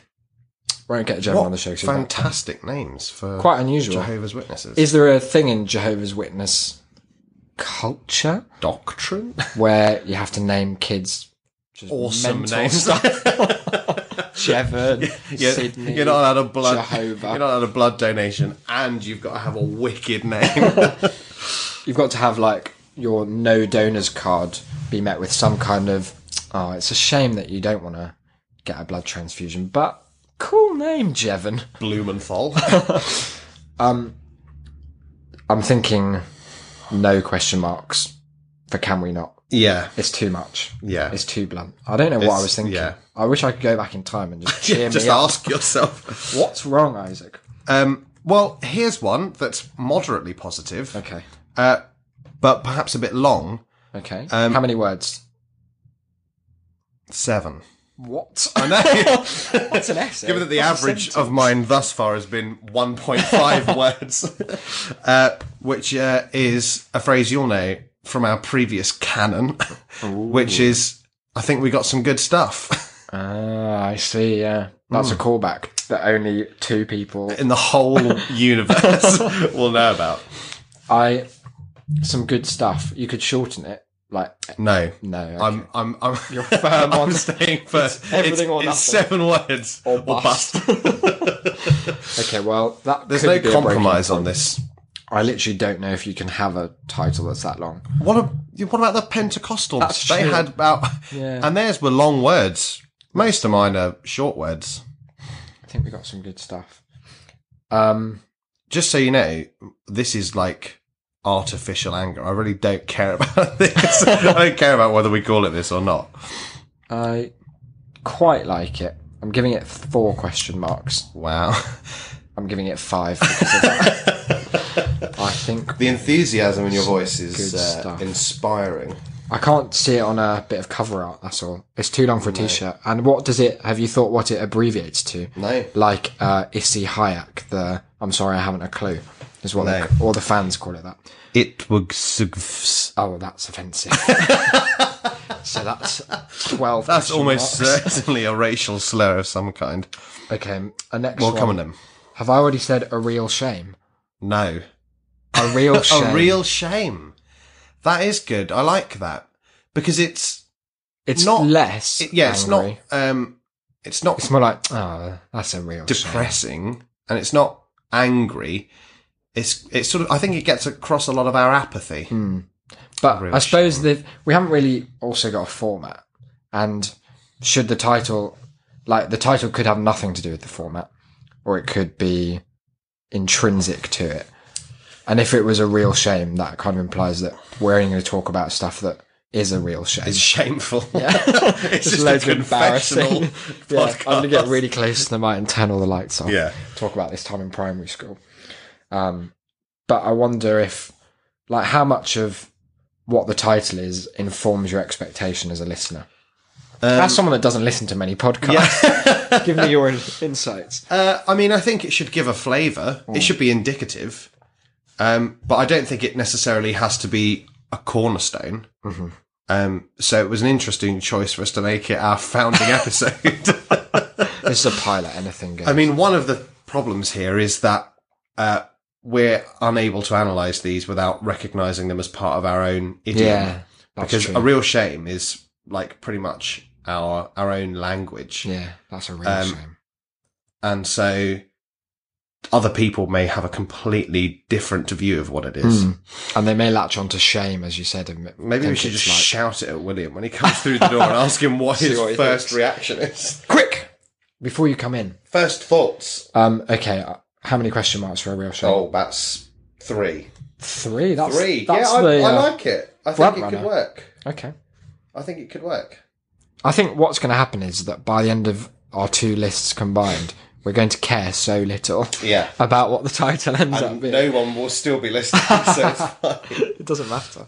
S1: Won't get Jevon on the show. 'cause he's not-
S2: Fantastic names for
S1: Quite unusual.
S2: Jehovah's Witnesses.
S1: is there a thing in Jehovah's Witness culture
S2: Doctrine.
S1: where you have to name kids just
S2: Awesome
S1: mental
S2: names.
S1: stuff? Jevon,
S2: You're,
S1: Sydney.
S2: you're not allowed a blood.
S1: Jehovah.
S2: You're not allowed a blood donation, and you've got to have a wicked name.
S1: You've got to have like your no donors card be met with some kind of oh, it's a shame that you don't want to get a blood transfusion, but cool name, Jevon.
S2: Blumenthal.
S1: I'm thinking no question marks for can we not?
S2: yeah.
S1: It's too much.
S2: Yeah.
S1: It's too blunt. I don't know what I was thinking.
S2: yeah.
S1: I wish I could go back in time and just cheer
S2: Just
S1: me up.
S2: ask yourself.
S1: What's wrong, Isaac?
S2: Um, well, here's one that's moderately positive, uh,
S1: Okay.
S2: but perhaps a bit long.
S1: Okay.
S2: Um,
S1: How many words?
S2: Seven.
S1: What?
S2: I know.
S1: What's an essay?
S2: Given that the average of mine thus far has been 1.5 words, uh, which uh, is a phrase you'll know from our previous canon, which is, I think we got some good stuff
S1: Ah, I see. Yeah, that's
S2: Hmm.
S1: a callback that only two people.
S2: in the whole universe will know about.
S1: I some good stuff. You could shorten it. Like
S2: No.
S1: no, okay.
S2: I'm, I'm, I'm, You're
S1: firm
S2: I'm
S1: on-
S2: staying firm.
S1: everything
S2: it's,
S1: or
S2: it's
S1: nothing.
S2: seven words or bust.
S1: okay. Well, that
S2: There's
S1: could
S2: no
S1: be a
S2: compromise on this.
S1: breaking- I literally don't know if you can have a title that's that long.
S2: What, a, what about the Pentecostals? they
S1: true.
S2: had about,
S1: Yeah.
S2: and theirs were long words. Most of mine are short words.
S1: I think we got some good stuff. Um,
S2: Just so you know, this is like artificial anger. I really don't care about this. I don't care about whether we call it this or not.
S1: I quite like it. I'm giving it four question marks.
S2: Wow.
S1: I'm giving it five. Because of that. I think
S2: The enthusiasm in your voice is
S1: Good uh, stuff.
S2: inspiring.
S1: I can't see it on a bit of cover art. That's all. It's too long for a t-shirt. And what does it? Have you thought what it abbreviates to?
S2: No.
S1: Like uh, Issy Hayek. The I'm sorry, I haven't a clue. Is what they, all the fans call it. That.
S2: It was.
S1: Oh, that's offensive. so that's twelve.
S2: That's
S1: question
S2: almost
S1: marks.
S2: certainly a racial slur of some kind.
S1: okay. A next
S2: Well,
S1: one.
S2: come on then.
S1: Have I already said a real shame?
S2: No.
S1: A real shame.
S2: A real shame. That is good. I like that because it's
S1: It's
S2: not-
S1: not less.
S2: it, yeah, it's
S1: angry.
S2: not um, it's not
S1: It's more like oh, that's a real shame.
S2: depressing and it's not angry. It's it's sort of I think it gets across a lot of our apathy.
S1: Hmm. But
S2: real
S1: I suppose they've we haven't really also got a format, and should the title like the title could have nothing to do with the format, or it could be intrinsic to it. And if it was a real shame, that kind of implies that we're only going to talk about stuff that is a real shame.
S2: It's shameful. it's just
S1: loads
S2: a
S1: of
S2: confessional
S1: embarrassing. yeah,
S2: podcast.
S1: I'm gonna get really close to the mic and turn all the lights off.
S2: Yeah.
S1: Talk about this time in primary school. Um, but I wonder if, like, how much of what the title is informs your expectation as a listener.
S2: Um,
S1: As someone that doesn't listen to many podcasts, give me your in- insights.
S2: Uh, I mean, I think it should give a flavour.
S1: Mm.
S2: It should be indicative, um, but I don't think it necessarily has to be a cornerstone.
S1: Mm-hmm.
S2: Um, so it was an interesting choice for us to make it our founding episode.
S1: This is a pilot. Anything goes.
S2: I mean, one of the problems here is that uh, we're unable to analyse these without recognising them as part of our own idiom.
S1: yeah. That's
S2: because
S1: true.
S2: a real shame is like pretty much our our own language.
S1: yeah, that's a real
S2: um,
S1: shame.
S2: and so other people may have a completely different view of what it is.
S1: And they may latch onto shame, as you said. And
S2: Maybe we
S1: Hmm. think
S2: should
S1: it's
S2: just
S1: like-
S2: shout it at William when he comes through the door and ask him what
S1: See
S2: his
S1: what he
S2: first
S1: thinks.
S2: reaction is.
S1: quick before you come in.
S2: First thoughts.
S1: Um, okay, uh, how many question marks for a real shame?
S2: Oh, that's three.
S1: Three. That's
S2: Three.
S1: That's
S2: yeah, I,
S1: the,
S2: I
S1: uh,
S2: like it. I think it
S1: front
S2: could
S1: runner.
S2: work.
S1: Okay.
S2: I think it could work.
S1: I think what's going to happen is that by the end of our two lists combined, we're going to care so little
S2: Yeah.
S1: about what the title ends up
S2: And
S1: being.
S2: no one will still be listening, so it's fine.
S1: It doesn't matter.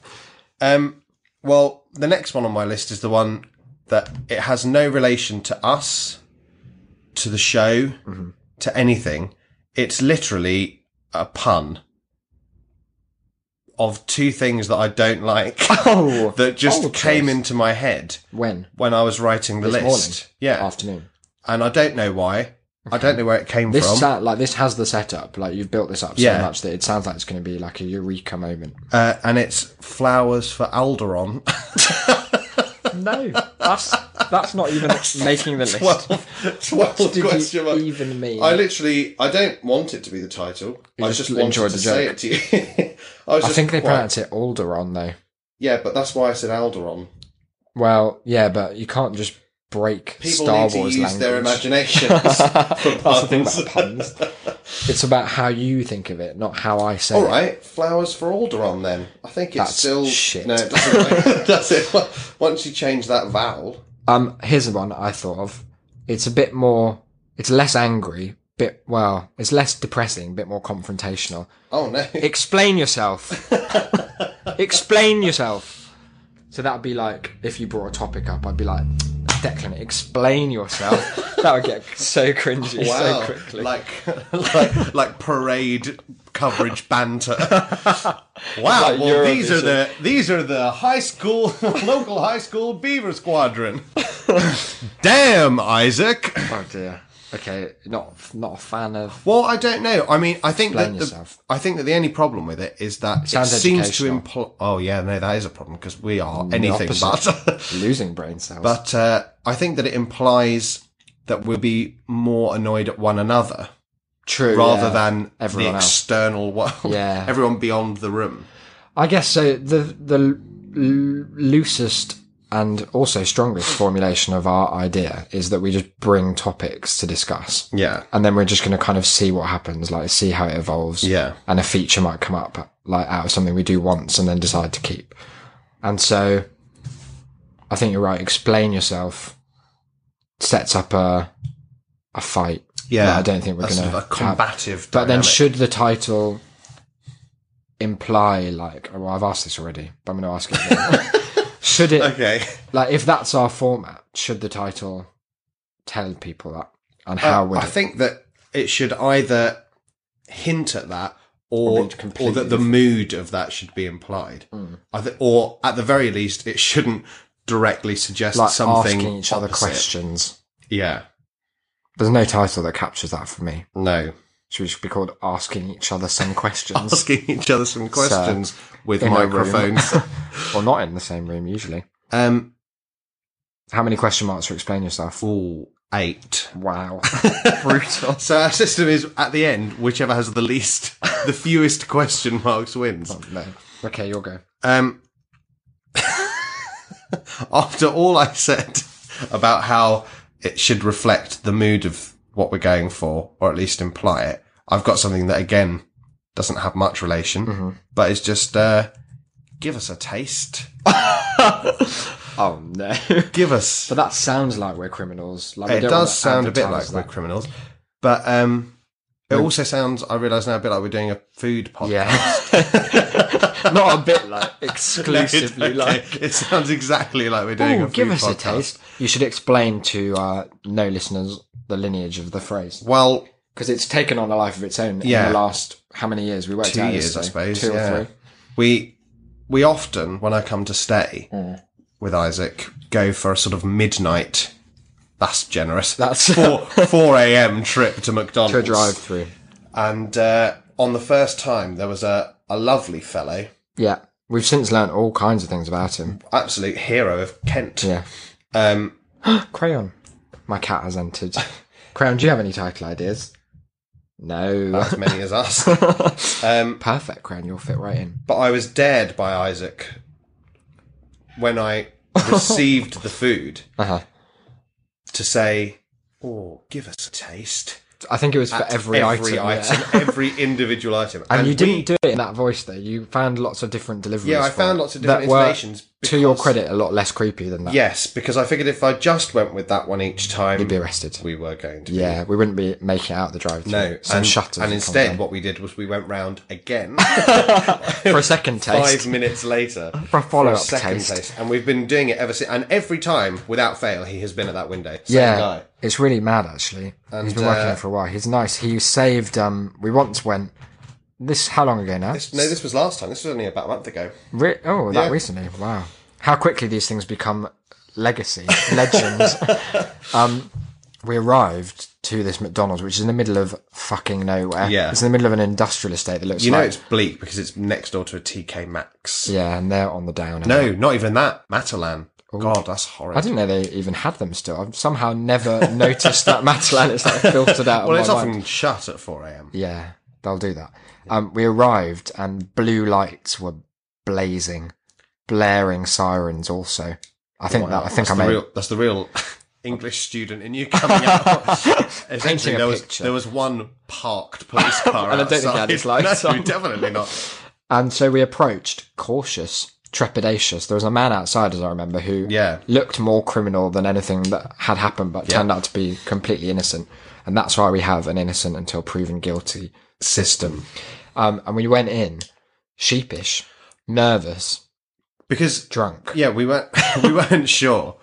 S2: Um, well, the next one on my list is the one that it has no relation to us, to the show,
S1: Mm-hmm.
S2: to anything. It's literally a pun of two things that I don't like
S1: Oh,
S2: that just
S1: old
S2: came
S1: choice.
S2: into my head
S1: when
S2: when I was writing the
S1: This
S2: list.
S1: morning?
S2: Yeah,
S1: afternoon.
S2: and I don't know why. I don't know where it came
S1: This
S2: from.
S1: sound, like this has the setup. Like you've built this up so
S2: Yeah.
S1: much that it sounds like it's going to be like a eureka moment.
S2: uh, and it's flowers for Alderon.
S1: No, that's that's not even making the list.
S2: Twelve
S1: Did
S2: question
S1: you
S2: mark.
S1: even mean?
S2: I literally, I don't want it to be the title. I
S1: just
S2: just, wanted
S1: enjoyed
S2: to
S1: the
S2: say it to you. I, was
S1: I
S2: just
S1: think they
S2: quite-
S1: pronounce it Alderon though.
S2: Yeah, but that's why I said Alderon.
S1: Well, yeah, but you can't just break
S2: People
S1: Star
S2: need to
S1: Wars
S2: use
S1: language.
S2: their imaginations.
S1: That's the thing about puns.
S2: puns.
S1: It's about how you think of it, not how I say
S2: All
S1: it.
S2: right, flowers for Alderon. Then I think it's
S1: That's
S2: still
S1: shit.
S2: no. It doesn't, that's it. Once you change that vowel,
S1: Um, here's the one I thought of. It's a bit more. It's less angry. Bit well. It's less depressing. Bit more confrontational.
S2: oh no,
S1: Explain yourself. Explain yourself. So that'd be like if you brought a topic up, I'd be like, Declan, explain yourself. that would get so cringy
S2: wow,
S1: so quickly.
S2: like like like parade coverage banter. wow,
S1: Like
S2: well these are
S1: Eurovision.
S2: the these are the high school local high school beaver squadron. Damn, Isaac.
S1: oh dear. Okay, not not a fan of.
S2: Well, I don't know. I mean, I think
S1: Explain
S2: that the,
S1: yourself.
S2: I think that the only problem with it is that it,
S1: sounds
S2: seems to
S1: educational.
S2: imply. Oh yeah, no, that is a problem because we are anything
S1: opposite.
S2: but.
S1: Losing brain cells.
S2: but uh, I think that it implies that we'll be more annoyed at one another.
S1: True.
S2: rather
S1: yeah.
S2: than
S1: Everyone
S2: the
S1: else.
S2: external world.
S1: Yeah.
S2: everyone beyond the room.
S1: I guess so. The the l- loosest and also strongest formulation of our idea is that we just bring topics to discuss,
S2: Yeah,
S1: and then we're just going to kind of see what happens, like see how it evolves.
S2: yeah,
S1: and a feature might come up like out of something we do once and then decide to keep. And so, I think you're right. Explain yourself sets up a a fight.
S2: yeah.
S1: I don't think we're
S2: a
S1: going
S2: sort of
S1: to
S2: a combative.
S1: but then
S2: dynamic.
S1: should the title imply like oh, well I've asked this already, but I'm gonna ask it again. should it
S2: okay,
S1: like if that's our format, should the title tell people that? And how would
S2: Uh, I
S1: it?
S2: think that it should either hint at that. Or,
S1: be completely Hmm.
S2: or that the mood of that should be implied. I th- or at the very least, it shouldn't directly suggest
S1: like
S2: something.
S1: asking each other
S2: opposite.
S1: questions.
S2: Yeah.
S1: There's no title that captures that for me.
S2: No.
S1: Should we just be called asking each other some questions?
S2: Asking each other some questions with
S1: in a room.
S2: microphones.
S1: or not in the same room usually.
S2: um,
S1: How many question marks for explain yourself?
S2: ooh, eight.
S1: Wow.
S2: Brutal. So our system is at the end, whichever has the least, the fewest question marks wins.
S1: Oh, no. Okay, you'll go.
S2: Um, after all I said about how it should reflect the mood of what we're going for, or at least imply it, I've got something that again doesn't have much relation,
S1: Mm-hmm.
S2: but it's just uh, give us a taste.
S1: Oh no!
S2: Give us.
S1: but that sounds like we're criminals. Like, we
S2: it
S1: don't wanna
S2: does sound a bit like
S1: advertise
S2: we're
S1: that.
S2: criminals, but um, it also sounds. I realise now a bit like we're doing a food podcast.
S1: Yeah, not a bit like exclusively
S2: Okay,
S1: like.
S2: it sounds exactly like we're doing
S1: Ooh,
S2: a food
S1: give us
S2: podcast.
S1: a taste. You should explain to uh, no listeners the lineage of the phrase
S2: Well,
S1: because it's taken on a life of its own
S2: Yeah.
S1: in the last how many years we worked
S2: two
S1: out
S2: years,
S1: so
S2: I suppose.
S1: two
S2: yeah.
S1: or three.
S2: We we often, when I come to stay
S1: Hmm.
S2: with Isaac, go for a sort of midnight. That's generous.
S1: That's-
S2: four four a.m. trip to McDonald's.
S1: To a drive-through.
S2: And uh, on the first time, there was a a lovely fellow,
S1: Yeah, we've since learnt all kinds of things about him.
S2: absolute hero of Kent.
S1: Yeah.
S2: Um,
S1: Crayon. My cat has entered. Crayon, do you have any title ideas? No.
S2: as many as us. um,
S1: Perfect, Crayon. You'll fit right in.
S2: but I was dared by Isaac when I received the food
S1: Uh huh.
S2: to say, "Oh, give us a taste."
S1: I think it was for every,
S2: every
S1: item.
S2: item,
S1: yeah.
S2: every individual item.
S1: And, you
S2: we-
S1: didn't do it in that voice though. You found lots of different deliveries.
S2: Yeah, I
S1: for
S2: found
S1: it
S2: lots of different
S1: that were,
S2: intonations.
S1: To your
S2: because-
S1: credit, a lot less creepy than that.
S2: Yes, because I figured if I just went with that one each time,
S1: You'd be arrested.
S2: we were going to.
S1: Yeah, we wouldn't be making it out the drive-through.
S2: No,
S1: some
S2: and,
S1: shutters.
S2: and
S1: would
S2: instead,
S1: come
S2: what we did was we went round again
S1: down. for a second
S2: five
S1: taste,
S2: minutes later
S1: for a follow-up
S2: second
S1: taste.
S2: taste, and we've been doing it ever since. And every time, without fail, he has been at that window. Same
S1: Yeah,
S2: guy.
S1: it's really mad actually. He's been working
S2: uh,
S1: there for a while. He's nice. He saved. Um, we once went. This how long ago now?
S2: No, this was last time. This was only about a month ago.
S1: Re- oh, that
S2: Yeah.
S1: recently. Wow. How quickly these things become legacy, legends. um, we arrived to this McDonald's, which is in the middle of fucking nowhere.
S2: Yeah.
S1: It's in the middle of an industrial estate that looks
S2: You know,
S1: like.
S2: it's bleak because it's next door to a TK Maxx.
S1: yeah, and they're on the down. and
S2: No, not even that. Matalan. God, that's horrible.
S1: I didn't know they even had them still. I've somehow never noticed that Matalan. It's like filtered out. of
S2: Well,
S1: my
S2: it's
S1: mind.
S2: often shut at 4 a.m.
S1: Yeah, they'll do that. Um, we arrived and blue lights were blazing, blaring sirens. Also, I think that I think
S2: That's,
S1: I
S2: the
S1: made
S2: real, that's the real English student in you coming out.
S1: Painting
S2: Essentially,
S1: a
S2: there was,
S1: picture.
S2: there was one parked police car
S1: And I don't think
S2: outside.
S1: it had its lights
S2: No,
S1: on.
S2: definitely not.
S1: And so we approached, cautious, trepidatious. There was a man outside, as I remember, who
S2: Yeah.
S1: looked more criminal than anything that had happened, but turned out to be completely innocent. And that's why we have an innocent until proven guilty system. Um, and we went in, sheepish, nervous,
S2: Because,
S1: drunk.
S2: yeah, we weren't, we weren't sure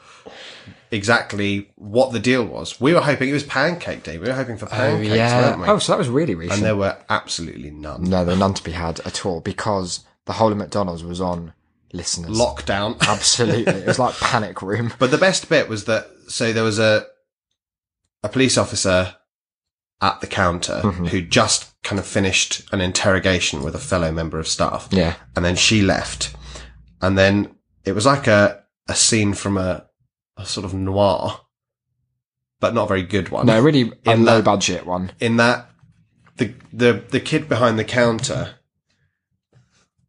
S2: exactly what the deal was. We were hoping it was pancake day. We were hoping for pancakes,
S1: Oh, yeah.
S2: weren't we?
S1: Oh, so that was really recent.
S2: And there were absolutely none.
S1: no, there were none to be had at all because the whole of McDonald's was on listeners.
S2: Lockdown.
S1: Absolutely. it was like panic room.
S2: But the best bit was that so there was a a police officer at the counter
S1: Mm-hmm.
S2: who just kind of finished an interrogation with a fellow member of staff.
S1: Yeah.
S2: And then she left. And then it was like a a scene from a a sort of noir but not a very good one.
S1: No, really a
S2: In
S1: low
S2: that-
S1: budget one.
S2: In that the the the kid behind the counter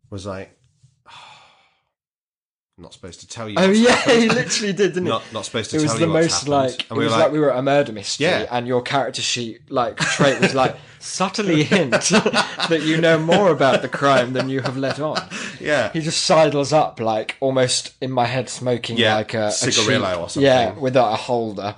S2: was like "I'm not supposed to tell you.
S1: Oh yeah, he literally did, didn't he?
S2: not not supposed to
S1: It
S2: tell
S1: was the
S2: you what's
S1: most
S2: happened.
S1: like it
S2: and we
S1: was
S2: were
S1: like,
S2: like,
S1: we were at a murder mystery,
S2: Yeah.
S1: and your character sheet like trait was like subtly hint that you know more about the crime than you have let on.
S2: yeah
S1: He just sidles up like almost in my head smoking
S2: Yeah,
S1: like a a
S2: cigarillo
S1: cheap-
S2: or something. Hmm.
S1: Yeah, without a holder.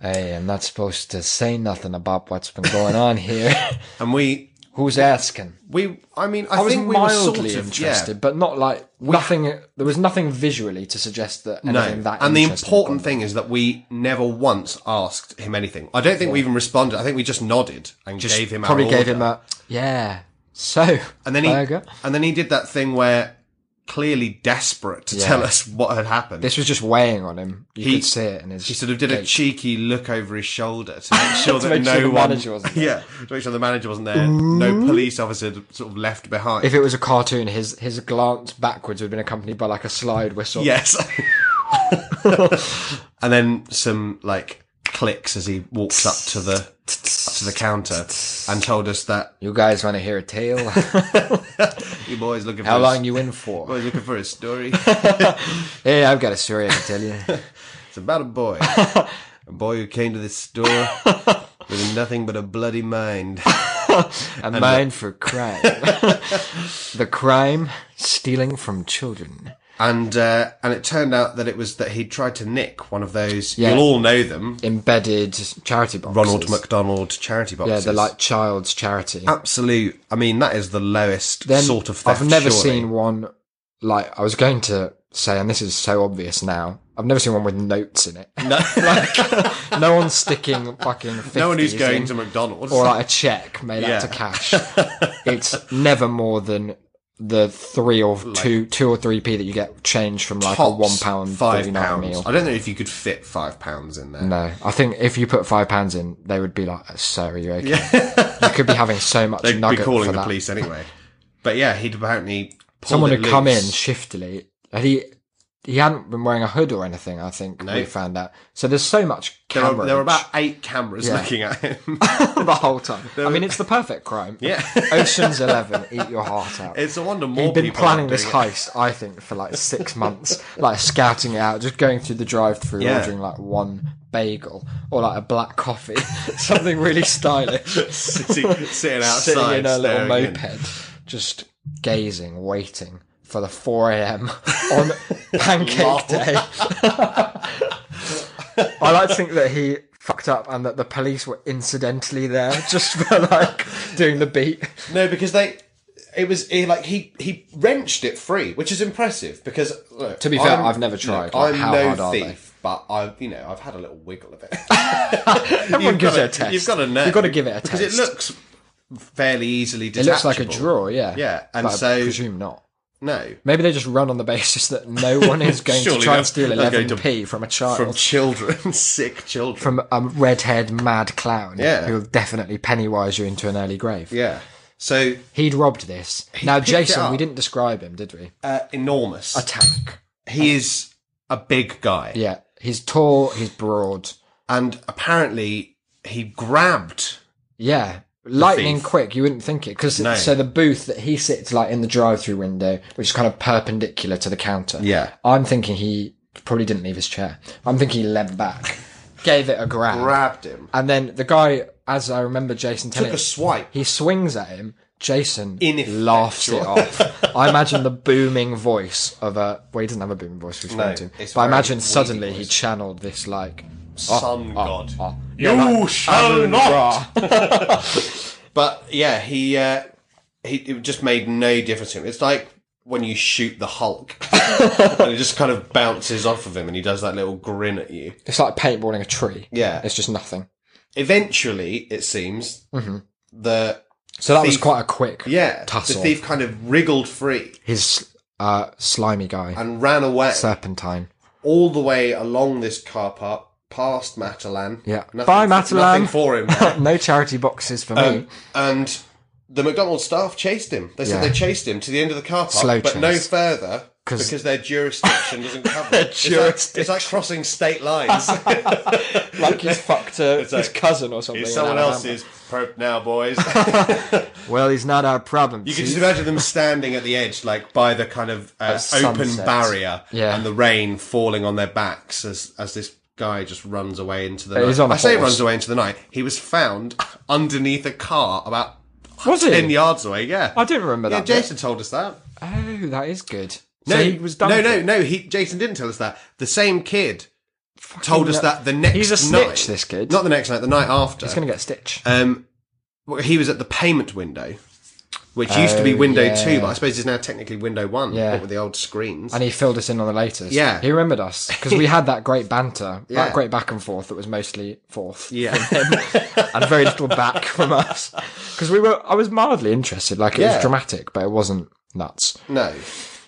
S1: Hey, I'm not supposed to say nothing about what's been going on here.
S2: and we
S1: Who's asking?
S2: we i mean i,
S1: I was
S2: think we were
S1: mildly
S2: sort of
S1: interested,
S2: yeah,
S1: but not like nothing. There was nothing visually to suggest that anything
S2: no.
S1: that
S2: and the
S1: interesting had gone
S2: important thing is that we never once asked him anything i don't think we even responded i think we just nodded and gave him
S1: probably
S2: our
S1: gave
S2: order.
S1: him a yeah. So
S2: and then he
S1: burger.
S2: and then he did that thing where clearly desperate to tell us what had happened
S1: this was just weighing on him. You
S2: He-
S1: could see it in his.
S2: he sort of did a cheeky look over his shoulder to make sure that
S1: make
S2: no
S1: sure the
S2: one,
S1: manager wasn't Mm-hmm.
S2: yeah, to make sure the manager wasn't there, no police officer had sort of left behind.
S1: if it was a cartoon, his his glance backwards would have been accompanied by like a slide whistle.
S2: Yes. and then some like clicks as he walks up to the up to the counter and told us that
S1: You guys want to hear a tale?
S2: your boy's looking for
S1: How
S2: a,
S1: long you in for?
S2: boy's looking for a story.
S1: hey, I've got a story I can tell you.
S2: It's about a boy. a boy who came to this store with nothing but a bloody mind.
S1: A man for crime. the crime stealing from children.
S2: and uh, and it turned out that it was that he tried to nick one of those.
S1: Yeah.
S2: You'll all know them,
S1: Embedded charity boxes.
S2: Ronald McDonald charity boxes.
S1: Yeah, they're like child's charity.
S2: absolute. I mean, that is the lowest
S1: Then
S2: sort of theft.
S1: I've never
S2: surely.
S1: seen one like I was going to say, and this is so obvious now. I've never seen one with notes in it. No, like, no one's sticking fucking. 50s
S2: no one who's going
S1: in,
S2: to McDonald's.
S1: or like a check made out to
S2: Yeah.
S1: cash. it's never more than the three or two, two or three p that you get change from like a
S2: Tops,
S1: one pound
S2: five
S1: thirty nine
S2: pounds.
S1: meal.
S2: I don't know if you could fit five pounds in there.
S1: No, I think if you put five pounds in, they would be like, "Sir, are you okay?" you could be having so much
S2: They'd be
S1: nugget
S2: calling
S1: for
S2: the
S1: that.
S2: police anyway. But yeah, he'd apparently pulled
S1: Someone
S2: it
S1: had come in
S2: loose.
S1: shiftily. and He he hadn't been wearing a hood or anything. I think we found out. So there's so much
S2: There
S1: camera
S2: were, there were about eight cameras looking at him.
S1: the whole time. I mean, it's the perfect crime.
S2: Yeah.
S1: Ocean's Eleven, eat your heart out.
S2: it's a wonder more
S1: He'd been
S2: people aren't
S1: planning this
S2: doing it.
S1: heist, I think, for like six months, like scouting it out, just going through the drive-through,
S2: Yeah.
S1: ordering like one bagel or like a black coffee, something really stylish,
S2: sitting, sitting outside,
S1: sitting in a little
S2: staring in.
S1: moped, just gazing, waiting for the 4 a.m. on Pancake Day. I like to think that he fucked up and that the police were incidentally there just for like doing the beat.
S2: No, because they. It was he, like he he wrenched it free, which is impressive. Because look,
S1: To be fair, I've never tried. Like,
S2: I'm
S1: how
S2: no
S1: hard are they?
S2: thief, but I've you know I've had a little wiggle of it.
S1: Everyone gives
S2: gotta-
S1: it a test.
S2: You've got to know.
S1: You've got to give it a
S2: because
S1: test.
S2: it looks fairly easily.
S1: It looks like a
S2: detachable.
S1: draw, yeah.
S2: Yeah, and
S1: But I
S2: so-
S1: presume not.
S2: No,
S1: Maybe they just run on the basis that no one is going to
S2: Surely
S1: try
S2: they're-
S1: and steal
S2: they're going
S1: 11p from a child,
S2: from children, sick children.
S1: from, a red-haired mad clown
S2: Yeah.
S1: who'll definitely Pennywise you into an early grave.
S2: yeah, so
S1: He'd robbed this. now,
S2: picked it
S1: Jason,
S2: up.
S1: we didn't describe him, did we?
S2: uh, enormous.
S1: Tank.
S2: he is a big guy,
S1: Yeah, he's tall, he's broad.
S2: and apparently he grabbed.
S1: Yeah, lightning
S2: thief.
S1: quick. You wouldn't think it because
S2: No.
S1: so the booth that he sits like in the drive-through window, which is kind of perpendicular to the counter.
S2: Yeah.
S1: I'm thinking he probably didn't leave his chair. I'm thinking he leant back, gave it a grab,
S2: Grabbed him.
S1: and then the guy, as I remember, Jason telling
S2: Took a
S1: us,
S2: swipe.
S1: he swings at him. Jason
S2: Ineffectual.
S1: laughs it off. I imagine the booming voice of a. Well, he doesn't have a booming voice. We've
S2: No,
S1: spoken to,
S2: it's
S1: but I
S2: very
S1: imagine
S2: weedy
S1: suddenly he
S2: voice.
S1: channeled this like
S2: Sun god.
S1: oh,
S2: You shall
S1: rah.
S2: But yeah, he uh, he it just made no difference to him. It's like when you shoot the Hulk, and it just kind of bounces off of him, and he does that little grin at you.
S1: It's like paintballing a tree.
S2: Yeah.
S1: It's just nothing.
S2: Eventually, it seems the
S1: Mm-hmm. So that was
S2: Thief.
S1: quite a quick.
S2: yeah
S1: Tussle.
S2: the thief kind of wriggled free
S1: His uh, slimy guy,
S2: and ran away
S1: Serpentine.
S2: all the way along this car park past Matalan.
S1: Yeah.
S2: nothing,
S1: Bye,
S2: Nothing
S1: Matalan.
S2: for him.
S1: no charity boxes for
S2: Um,
S1: me.
S2: and the McDonald's staff chased him. They said
S1: Yeah.
S2: they chased him to the end of the car park,
S1: Slow
S2: but no
S1: chase.
S2: further
S1: 'Cause-
S2: because their jurisdiction doesn't cover it. It's like- It's, like,
S1: jurisdiction.
S2: crossing state lines.
S1: Like he's fucked uh, his
S2: like-
S1: cousin or something.
S2: it's
S1: in
S2: someone
S1: Alabama.
S2: else's probe now, boys.
S1: Well, he's not our problem.
S2: You can
S1: Chief.
S2: just imagine them standing at the edge, like by the kind of uh, open
S1: sunset.
S2: barrier,
S1: Yeah.
S2: and the rain falling on their backs as as this guy just runs away into the night.
S1: he's on a
S2: I say
S1: horse.
S2: runs away into the night. He was found underneath a car about
S1: Was he?
S2: ten yards away. Yeah,
S1: I don't remember
S2: yeah.
S1: that. bit.
S2: Jason told us that.
S1: Oh, that is good.
S2: No,
S1: so he was done.
S2: No,
S1: for
S2: no,
S1: it.
S2: no. He Jason didn't tell us that. The same kid told us
S1: no-
S2: that the next
S1: He's a
S2: night,
S1: snitch, this kid.
S2: Not the next night, the night after.
S1: He's going to get Stitch.
S2: Um, well, he was at the payment window, which used to be window
S1: Oh, yeah.
S2: two, but I suppose it's now technically window one.
S1: Yeah.
S2: What with the old screens?
S1: and he filled us in on the latest.
S2: Yeah.
S1: He remembered us because we had that great banter,
S2: Yeah.
S1: that great back and forth that was mostly forth.
S2: yeah,
S1: and very little back from us because we were. I was mildly interested. Like it
S2: Yeah.
S1: was dramatic, but it wasn't nuts.
S2: no.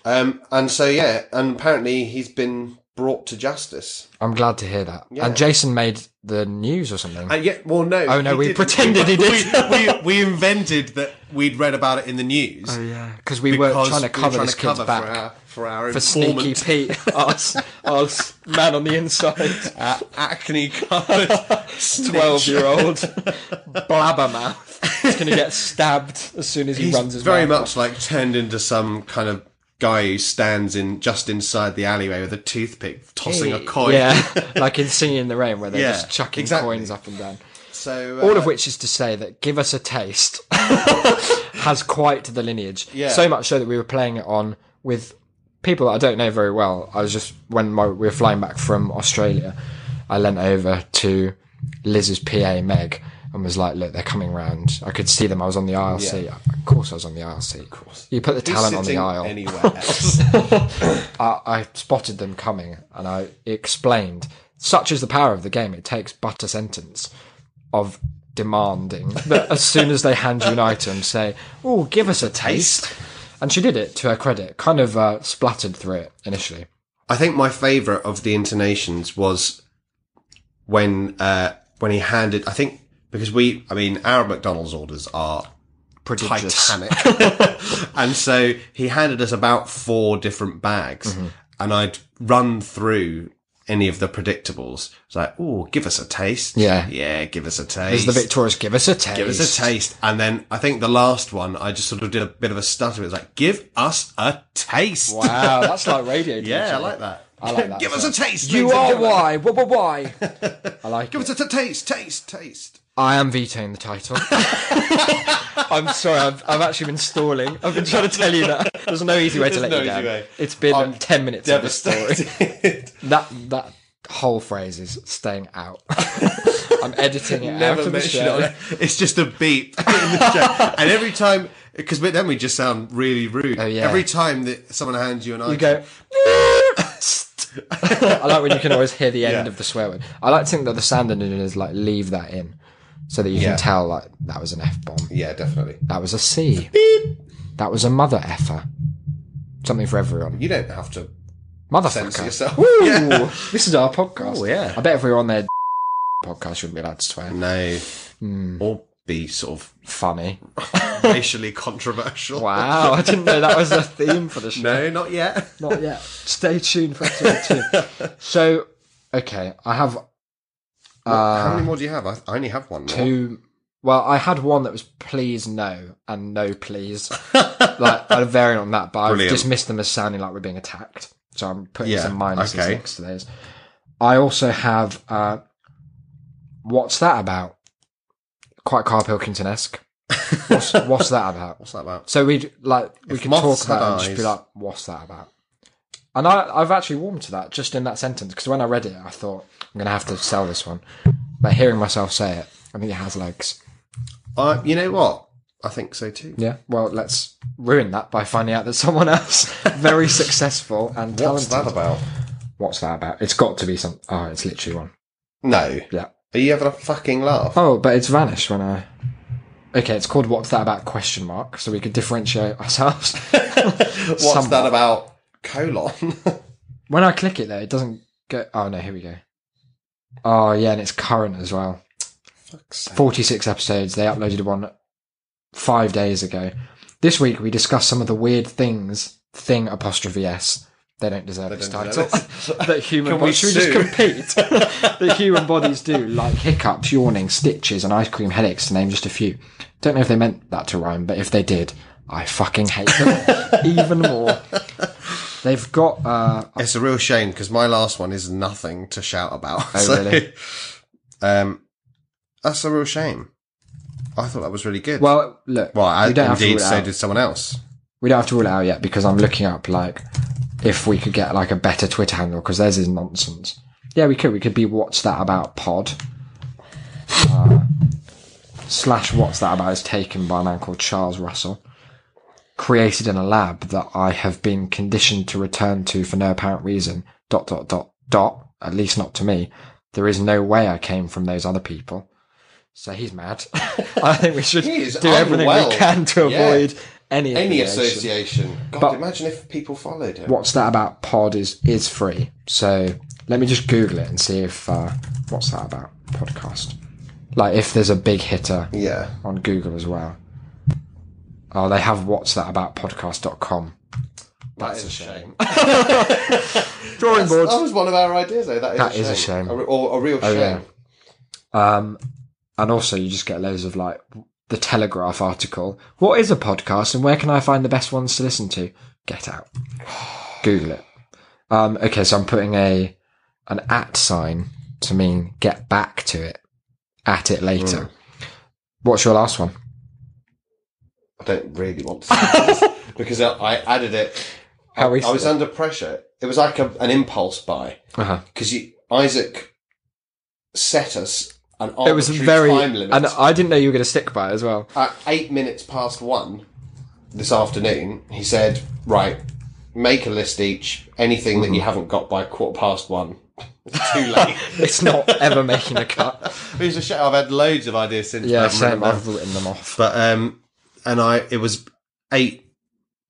S2: Um, and so yeah, and apparently he's been brought to justice.
S1: I'm glad to hear that. And Jason made the news or something.
S2: And yet, well, no. Oh
S1: no, we pretended he did.
S2: We, we, we invented that we'd read about it in the news.
S1: Oh, yeah, because we were
S2: because
S1: trying to
S2: we were
S1: cover
S2: trying
S1: this
S2: to
S1: kid's
S2: cover
S1: back.
S2: for our for our
S1: For sneaky
S2: informant.
S1: Pete, us, us man on the inside,
S2: Uh, acne covered twelve year
S1: twelve-year-old blabbermouth, is going to get stabbed as soon as he
S2: He's
S1: runs his
S2: very
S1: mouth.
S2: much like turned into some kind of guy who stands in just inside the alleyway with a toothpick, tossing a coin.
S1: Yeah, like in Singing in the Rain, where they're
S2: Yeah,
S1: just chucking
S2: exactly.
S1: coins up and down.
S2: So uh,
S1: All of which is to say that Give Us a Taste has quite the lineage.
S2: Yeah.
S1: So much so that we were playing it on with people that I don't know very well. I was just, when my, we were flying back from Australia, I leant over to Liz's PA, Meg, and was like, look, they're coming round. I could see them. I was on the aisle seat. Of course I was on the aisle seat. Of
S2: course.
S1: You put the talent on the
S2: sitting
S1: aisle.
S2: anywhere else.
S1: I, I spotted them coming and I explained. Such is the power of the game, it takes but a sentence of demanding that as soon as they hand you an item, say, Oh, give us a taste. And she did it to her credit, kind of uh, splattered through it initially.
S2: I think my favourite of the intonations was when uh, when he handed. I think because we, I mean, our McDonald's orders are
S1: Prodigious.
S2: titanic, and so he handed us about four different bags,
S1: Mm-hmm.
S2: and I'd run through any of the predictables. It's like, oh, give us a taste.
S1: Yeah.
S2: yeah, give us a
S1: As
S2: taste.
S1: the victorious, give us a taste.
S2: Give us a taste. And then I think the last one, I just sort of did a bit of a stutter. It was like, give us a taste.
S1: Wow, that's like radio.
S2: Yeah, I
S1: DJ.
S2: like that.
S1: I like that
S2: give
S1: as
S2: us a taste.
S1: You
S2: ladies and
S1: are
S2: gentlemen.
S1: why, why, why, why. I like it.
S2: Give us a t- taste, taste, taste.
S1: I am vetoing the title. I'm sorry, I've, I've actually been stalling. I've been trying to tell you that. There's no easy way to
S2: There's
S1: let
S2: no
S1: you
S2: easy
S1: down.
S2: way.
S1: It's been
S2: I'm
S1: 10 minutes of this story.
S2: Devastated.
S1: That, that whole phrase is staying out. I'm editing it out
S2: Never
S1: of the
S2: mention
S1: show.
S2: it. It's just a beep in the show. And every time, because then we just sound really rude.
S1: Oh, yeah.
S2: Every time that someone hands you an
S1: You
S2: item,
S1: go... I like when you can always hear the end
S2: Yeah.
S1: of the swear word. I like to think that the sound engineer is like, leave that in. So that you
S2: Yeah.
S1: can tell, like, that was an F-bomb.
S2: yeah, definitely.
S1: That was a C. That was a mother effer. Something for everyone.
S2: You don't have to censor
S1: Motherfucker.
S2: yourself.
S1: Ooh,
S2: Yeah.
S1: This is our podcast.
S2: Oh, yeah.
S1: I bet if we were on their podcast, you wouldn't be allowed to swear.
S2: No.
S1: Hmm.
S2: Or be sort of
S1: Funny.
S2: racially controversial.
S1: Wow, I didn't know that was a theme for the show.
S2: No, not yet.
S1: Not yet. Stay tuned for episode two. So, okay, I have
S2: How many more do you have? I, I only have one. More.
S1: Uh, two. Well, I had one that was please no and no please. like, I'd variant on that, but I've
S2: Brilliant.
S1: dismissed them as sounding like we're being attacked. So I'm putting
S2: Yeah,
S1: some minuses
S2: okay.
S1: next to those. I also have uh, What's That About? Quite Carl Pilkington esque. What's, what's that about?
S2: What's that about?
S1: So we'd like we
S2: If
S1: could
S2: moths
S1: talk about
S2: had
S1: it and just be
S2: eyes.
S1: like, "What's that about?" And I, I've actually warmed to that just in that sentence because when I read it, I thought I'm going to have to sell this one. But hearing myself say it, I think it has legs.
S2: Uh, you know what? I think so too.
S1: Yeah. Well, let's ruin that by finding out that someone else very successful and
S2: What's
S1: talented.
S2: that about?
S1: What's that about? It's got to be some. Oh, it's literally one.
S2: No.
S1: Yeah.
S2: Are you having a fucking laugh?
S1: Oh, but it's vanished when I. Okay, it's called "What's That About?" question mark. So we could differentiate ourselves.
S2: What's
S1: somewhat.
S2: that about? Colon.
S1: When I click it, though, it doesn't go. Oh no, here we go. Oh yeah, and it's current as well.
S2: Fuck's sake.
S1: Forty-six episodes. They uploaded one five days ago. This week we discuss some of the weird things. Thing apostrophe s. They don't deserve this
S2: don't
S1: title.
S2: deserve
S1: that human
S2: Can
S1: bodies
S2: we
S1: should we
S2: sue?
S1: just compete. that human bodies do, like hiccups, yawning, stitches, and ice cream headaches, to name just a few. Don't know if they meant that to rhyme, but if they did, I fucking hate them even more. They've got uh,
S2: It's a real shame because my last one is nothing to shout about. So,
S1: Oh, really?
S2: Um, that's a real shame. I thought that was really good.
S1: Well, look,
S2: well, I,
S1: we don't have to
S2: indeed,
S1: rule it
S2: so
S1: out.
S2: did someone else.
S1: we don't have to rule it out yet because I'm looking up like if we could get like a better Twitter handle because theirs is nonsense. Yeah, we could. We could be what's that about pod. Uh, slash what's that about is taken by a man called Charles Russell. Created in a lab that I have been conditioned to return to for no apparent reason. Dot dot dot dot. At least not to me. There is no way I came from those other people. So he's mad. I think we should
S2: He is
S1: do everything
S2: unwell.
S1: we can to
S2: Yeah.
S1: avoid any
S2: Any
S1: affiliation.
S2: association. God,
S1: But-
S2: imagine if people followed him.
S1: What's that about? Pod is is free. So let me just Google it and see if uh, what's that about podcast. Like if there's a big hitter
S2: Yeah.
S1: on Google as well. Oh, they have what's that about podcast.com.
S2: That's
S1: a
S2: shame.
S1: Drawing boards.
S2: That was one of our ideas, though. That is,
S1: That
S2: a, shame.
S1: is a shame. Oh,
S2: re- or a real shame.
S1: yeah. And also, you just get loads of like the Telegraph article. What is a podcast and where can I find the best ones to listen to? Get out. Google it. Um, okay, so I'm putting a an at sign to mean get back to it. at it later. What's your last one?
S2: I don't really want to say this because I, I added it.
S1: How
S2: I
S1: recent?
S2: was under pressure. It was like a, an impulse buy
S1: Uh-huh.
S2: because Isaac set us an arbitrary
S1: It was very,
S2: time limit
S1: and I didn't know you were going to stick by it as well.
S2: at eight minutes past one this afternoon. He said, "Right, make a list each. Anything that you
S1: Mm-hmm.
S2: haven't got by quarter past one, it's too late."
S1: It's not ever making a cut.
S2: it was a shame. I've had loads of ideas since.
S1: Yeah,
S2: but I
S1: same.
S2: haven't written
S1: I've written them off.
S2: but um, and I it was eight.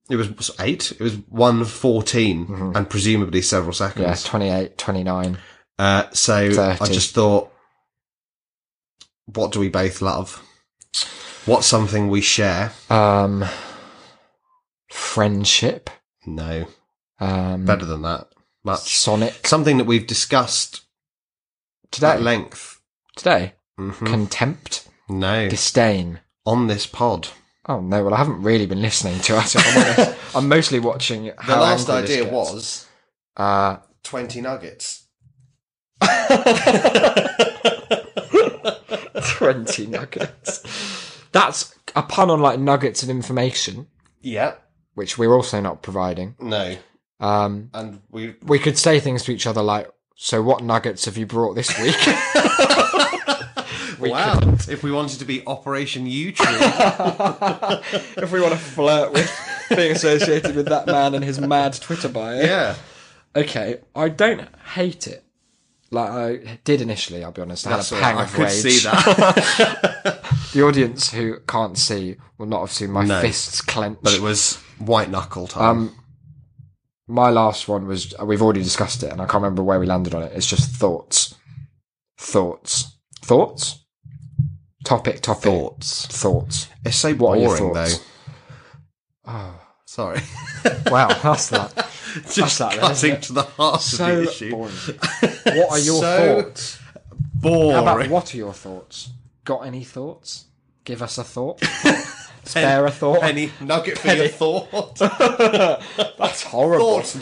S2: It was was it eight. It was one
S1: Mm-hmm.
S2: and presumably several
S1: Yeah,
S2: seconds.
S1: 28, 29.
S2: Uh, so I
S1: 30.
S2: just thought, what do we both love? What's something we share?
S1: Um, friendship.
S2: No,
S1: Um,
S2: better than that. Much
S1: Sonic.
S2: something that we've discussed at
S1: Today.
S2: length.
S1: Today.
S2: Mhm.
S1: Contempt.
S2: No,
S1: Disdain.
S2: on this pod.
S1: Oh no! Well, I haven't really been listening to us. if I'm, honest. I'm mostly watching.
S2: The
S1: how
S2: last
S1: angry this
S2: idea
S1: gets.
S2: was
S1: Uh,
S2: twenty nuggets.
S1: twenty nuggets. That's a pun on like nuggets of information,
S2: Yeah.
S1: which we're also not providing.
S2: No.
S1: Um,
S2: And we
S1: we could say things to each other like, "So, what nuggets have you brought this week?" We
S2: wow. If we wanted to be Operation U Tree.
S1: if we want to flirt with being associated with that man and his mad Twitter bio.
S2: yeah.
S1: Okay, I don't hate it. Like I did initially, I'll be honest. I
S2: That's
S1: had a
S2: all right.
S1: pang
S2: I
S1: of
S2: could
S1: rage.
S2: see that.
S1: The audience who can't see will not have seen my
S2: No.
S1: fists clench.
S2: but it was white knuckle time.
S1: Um, my last one was we've already discussed it, and I can't remember where we landed on it. It's just thoughts, thoughts, thoughts. Topic, topic,
S2: Thoughts.
S1: thoughts.
S2: It's so
S1: What are your
S2: boring, though.
S1: thoughts?
S2: Sorry.
S1: Wow, that's that.
S2: Just
S1: that then,
S2: cutting
S1: isn't
S2: to the heart of
S1: So
S2: the issue.
S1: boring. What are your
S2: So
S1: thoughts? How about
S2: Boring.
S1: what are your thoughts? Got any thoughts? Give us a thought. Spare a thought.
S2: Penny nugget for your thought.
S1: That's horrible.
S2: thought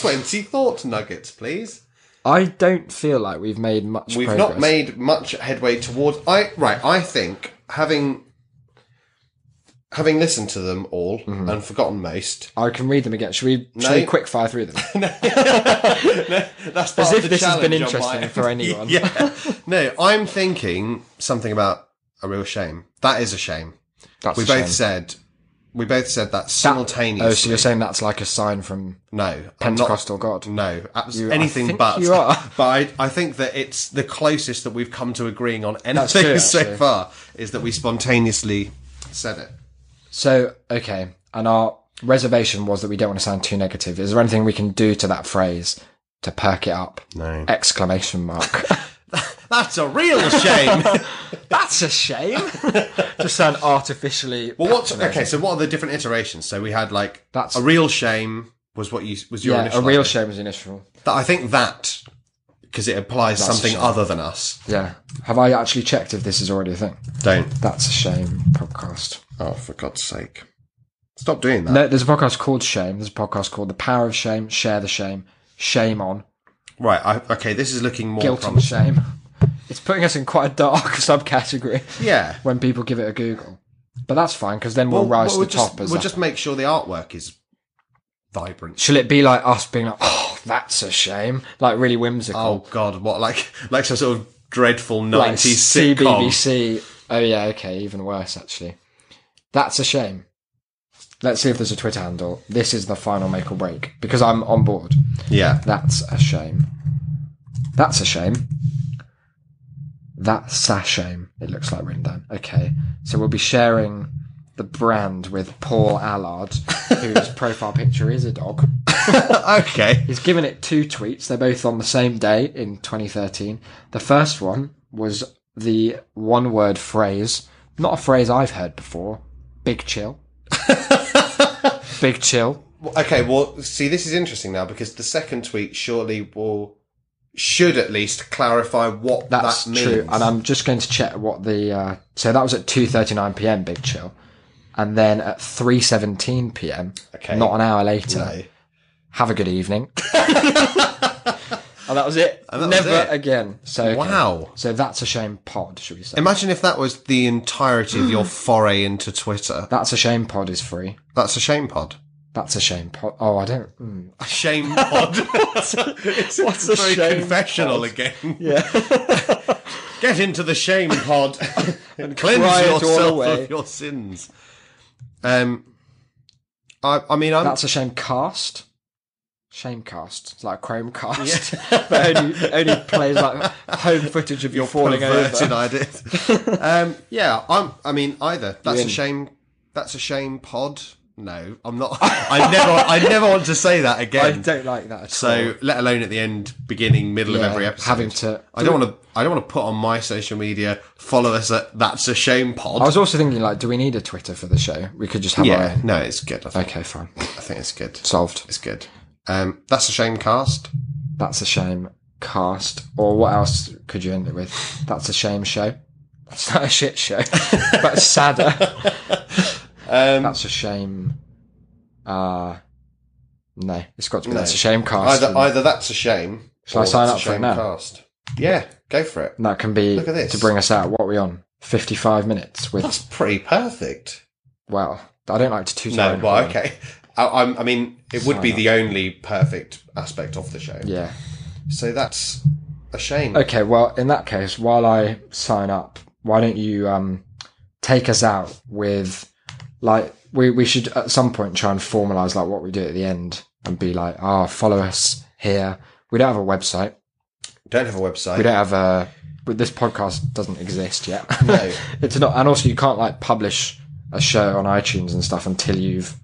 S2: Twenty thought nuggets, please.
S1: I don't feel like we've made much.
S2: We've
S1: progress.
S2: not made much headway towards. I right. I think having having listened to them all
S1: Mm-hmm.
S2: and forgotten most.
S1: I can read them again. Should we? Should we quick fire through them?
S2: That's
S1: As if this has been interesting for anyone.
S2: yeah. No, I'm thinking something about a real shame. That is a shame.
S1: That's
S2: We
S1: a
S2: both
S1: shame.
S2: said we both said that
S1: Oh, so
S2: simultaneously.
S1: you're saying that's like a sign from
S2: no, I'm not-
S1: Pentecostal God?
S2: no, abs-
S1: You- I
S2: anything
S1: think
S2: but.
S1: you are.
S2: But I, I think that it's the closest that we've come to agreeing on anything
S1: true,
S2: so
S1: actually.
S2: far is that we spontaneously said it.
S1: So okay, and our reservation was that we don't want to sound too negative. Is there anything we can do to that phrase to perk it up?
S2: No.
S1: Exclamation mark.
S2: That's a real shame.
S1: That's a shame. to sound artificially.
S2: well, what's okay? So, what are the different iterations? So we had like
S1: That's-
S2: a real shame was what you was your
S1: yeah,
S2: initial
S1: a real
S2: idea.
S1: shame is initial.
S2: That I think that because it applies something
S1: shame.
S2: other than us.
S1: Yeah. Have I actually checked if this is already a thing?
S2: Don't.
S1: That's a shame podcast.
S2: Oh, for God's sake! Stop doing that.
S1: No, there's a podcast called Shame. There's a podcast called The Power of Shame. Share the shame. Shame on.
S2: Right. I, okay. This is looking more
S1: Guilt and
S2: promising.
S1: shame. It's putting us in quite a dark subcategory
S2: Yeah.
S1: when people give it a Google. But that's fine because then we'll, rise to
S2: we'll
S1: the
S2: just,
S1: top. As
S2: we'll
S1: a-
S2: just make sure the artwork is vibrant.
S1: Shall it be like us being like, oh, that's a shame? Like really whimsical.
S2: Oh God, what like like some sort of dreadful
S1: like
S2: nineties sitcom?
S1: CBBC. Oh yeah, okay, even worse actually. That's a shame. Let's see if there's a Twitter handle. This is the final make or break because I'm on board.
S2: Yeah,
S1: That's a shame. That's a shame. That's a shame. It looks like written down. Okay, so we'll be sharing the brand with Paul Allard, whose profile picture is a dog.
S2: okay.
S1: He's given it two tweets. They're both on the same day in 2013. The first one was the one word phrase, not a phrase I've heard before big chill. big chill.
S2: Okay, well, see, this is interesting now because the second tweet surely will should at least clarify what
S1: That's
S2: that means.
S1: true. And I'm just going to check what the. Uh, so that was at 2.39 pm, big chill. And then at 3.17 pm,
S2: Okay.
S1: not an hour later,
S2: No.
S1: have a good evening. and that was it.
S2: And that was
S1: Never
S2: it.
S1: again. So okay.
S2: Wow.
S1: So that's a shame. Pod, should we say?
S2: Imagine if that was the entirety of your foray into Twitter.
S1: That's a shame. Pod is free.
S2: That's a shame pod.
S1: That's a shame. Pod. Oh, I don't. Mm.
S2: A shame pod.
S1: It's What's a
S2: Very
S1: shame?
S2: confessional again.
S1: Yeah.
S2: Get into the shame pod and cleanse
S1: cry it all
S2: yourself
S1: away.
S2: of your sins. Um, I, I mean, I'm
S1: That's a shame. Cast. Shame cast. It's like Chromecast, but only, only plays like home footage of you falling
S2: perverted
S1: over.
S2: ideas. um, yeah, I'm. I mean, either that's a
S1: in?
S2: shame. That's a shame. Pod. No, I'm not. I never. I never want to say that
S1: I
S2: again.
S1: don't like that. At all.
S2: So let alone at the end, beginning, middle
S1: Yeah,
S2: of every episode,
S1: having to-
S2: I don't want to. I don't want to put on my social media. Follow us at that's a shame pod.
S1: I was also thinking, like, do we need a Twitter for the show? We could just have
S2: yeah, uh, no, it's good. I
S1: our.
S2: think,
S1: Okay, fine.
S2: I think it's good.
S1: Solved.
S2: It's good. Um, that's a shame cast.
S1: That's a shame. Cast. Or what else could you end it with? That's a shame show. That's not a shit show, but sadder.
S2: Um,
S1: That's a shame. Uh, no, it's got to be.
S2: No.
S1: That's a shame cast.
S2: either either that's a shame.
S1: Shall I
S2: or
S1: sign
S2: that's
S1: up
S2: a
S1: for it
S2: shame
S1: now?
S2: Cast. Yeah, go for it.
S1: And that can be
S2: Look at this.
S1: to bring us out. What are we on? 55 minutes with,
S2: That's pretty perfect.
S1: well, I don't like to toot our
S2: No,
S1: own
S2: well,
S1: horn.
S2: okay. I, I'm, I mean, it would be the only perfect aspect of the show.
S1: Yeah.
S2: So that's a shame.
S1: Okay, well, in that case, while I sign up, why don't you um, take us out with, like, we, we should at some point try and formalize, like, what we do at the end and be like, ah, follow us here. We don't have a website.
S2: Don't have a website.
S1: We don't have a. but This podcast doesn't exist yet.
S2: No.
S1: it's not, and also you can't like publish a show on iTunes and stuff until you've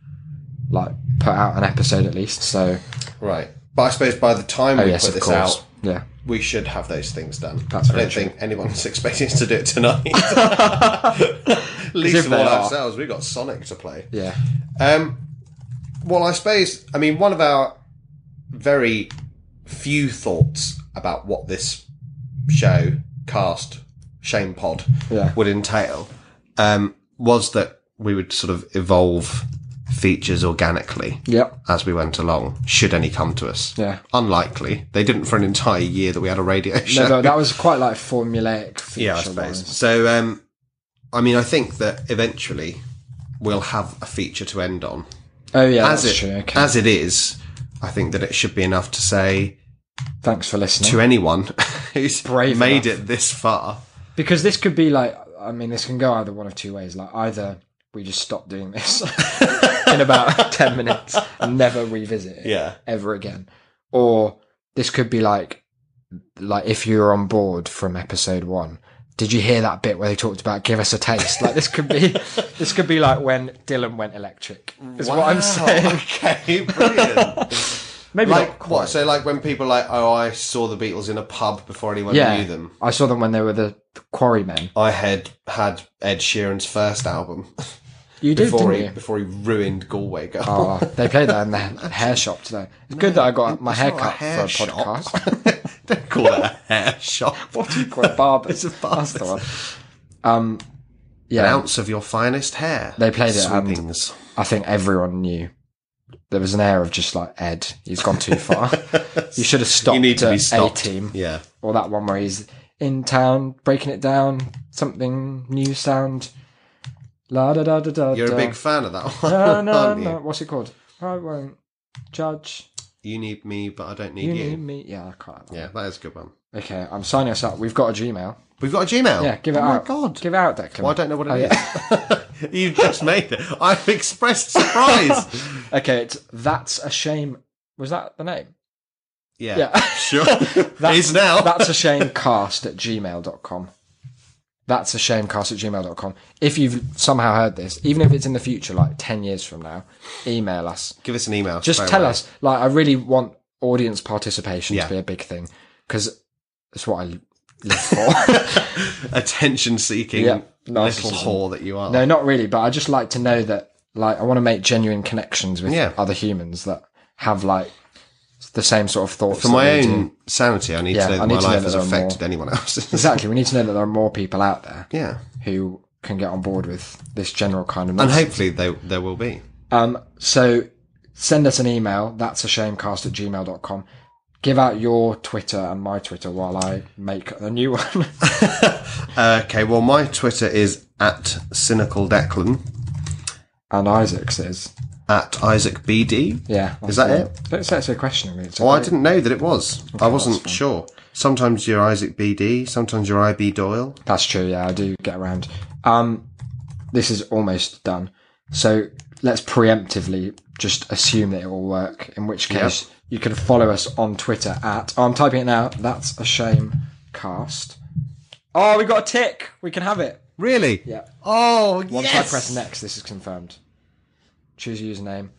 S1: like put out an episode at least. So
S2: Right. But I suppose by the time we
S1: Oh, yes,
S2: put
S1: of
S2: this
S1: course,
S2: out,
S1: yeah.
S2: we should have those things done.
S1: That's
S2: I
S1: very
S2: don't
S1: true.
S2: think anyone's expecting us to do it tonight. Least
S1: if
S2: of all
S1: they are.
S2: ourselves. We've got Sonic to play.
S1: Yeah,
S2: Um, well, I suppose, I mean, one of our very few thoughts about what this show, cast, Shame Pod,
S1: Yeah.
S2: would entail um, was that we would sort of evolve features organically
S1: yep,
S2: as we went along, should any come to us.
S1: yeah.
S2: Unlikely. They didn't for an entire year that we had a radio show.
S1: No, but that was quite like formulaic.
S2: Yeah, I
S1: feature-wise.
S2: suppose. So, um, I mean, I think that eventually we'll have a feature to end on
S1: Oh yeah,
S2: as
S1: that's
S2: it
S1: true. Okay.
S2: as it is, I think that it should be enough to say
S1: Thanks for listening.
S2: to anyone who's
S1: Brave
S2: made it this far.
S1: because this could be like, I mean, this can go either one of two ways. Like either we just stop doing this in about ten minutes and never revisit it.
S2: Yeah,
S1: ever again. Or this could be like, like if you were on board from episode one, did you hear that bit where they talked about give us a taste? Like this could be, this could be like when Dylan went electric. Is what I'm saying.
S2: Okay, brilliant.
S1: Maybe not
S2: like
S1: quite.
S2: what? So like when people are like, oh, I saw the Beatles in a pub before anyone
S1: Yeah,
S2: knew them.
S1: I saw them when they were the, the Quarrymen.
S2: I had had Ed Sheeran's first album
S1: You did,
S2: before
S1: didn't
S2: he
S1: you?
S2: before he ruined Galway Girl.
S1: Oh, they played that in the hair shop today. It's good that I got my
S2: it's
S1: hair
S2: not a
S1: cut
S2: hair
S1: for a
S2: shop.
S1: podcast.
S2: Don't call it a hair shop. What do you
S1: Or a barber.
S2: It's a
S1: That's the
S2: barber's.
S1: one. Um,
S2: An
S1: yeah,
S2: ounce of your finest hair.
S1: They played it and-
S2: Sweepings.
S1: I think everyone knew. There was an air of just like Ed, he's gone too far. you should have stopped
S2: You need to be
S1: at
S2: stopped.
S1: A team
S2: Yeah.
S1: or that one where he's in town breaking it down, something new sound. La da da da da.
S2: You're
S1: da.
S2: a big fan of that one,
S1: uh, No, no,
S2: aren't you?
S1: no. What's it called? I won't judge.
S2: You need me, but I don't need
S1: You
S2: you.
S1: need me. Yeah, I can't. have that.
S2: Yeah, that is a good one.
S1: Okay, I'm signing us up. We've got a Gmail.
S2: We've got a Gmail.
S1: Yeah, give it Oh,
S2: oh
S1: out.
S2: my god.
S1: Give it out, Declan.
S2: Well, I don't know what it is. you just made it. I've expressed surprise.
S1: Okay, it's that's a shame. Was that the name?
S2: yeah.
S1: Yeah.
S2: Sure. It is now.
S1: that's a shame cast at gmail.com that's a shame cast at gmail.com if you've somehow heard this even if it's in the future like 10 years from now email us
S2: Give us an email.
S1: just
S2: straight
S1: tell
S2: away.
S1: us like i really want audience participation
S2: Yeah.
S1: to be a big thing because that's what i live for
S2: Attention seeking
S1: Yeah,
S2: little
S1: narcissism.
S2: whore that you are.
S1: no not really but i just like to know that like i want to make genuine connections with
S2: Yeah.
S1: other humans that have like the same sort of thoughts
S2: For
S1: that
S2: my
S1: we do.
S2: own sanity, I need
S1: Yeah,
S2: to know
S1: I
S2: that
S1: need
S2: my
S1: to know
S2: life
S1: that
S2: has
S1: there are
S2: affected anyone else's.
S1: exactly we need to know that there are more people out there
S2: yeah.
S1: who can get on board with this general kind of
S2: And
S1: nonsense.
S2: hopefully they, there will be.
S1: Um, so send us an email. That's a shamecast at gmail.com. give out your Twitter and my Twitter while I make a new one.
S2: Okay, well, my Twitter is at cynical Declan,
S1: and Isaac's is.
S2: at IsaacBD.
S1: Yeah.
S2: Is that it?
S1: That's actually a question. I mean, it's a
S2: Well, I
S1: great-
S2: didn't know that it was. I wasn't sure. Sometimes you're Isaac BD, sometimes you're IB Doyle.
S1: That's true. Yeah, I do get around. Um, this is almost done. So let's preemptively just assume that it will work. In which case, you can follow us on Twitter at. Oh, I'm typing it now. That's a shame. Cast. Oh, we got a tick. We can have it.
S2: Really?
S1: Yeah.
S2: Oh,
S1: Once I press next, this is confirmed. Choose a username.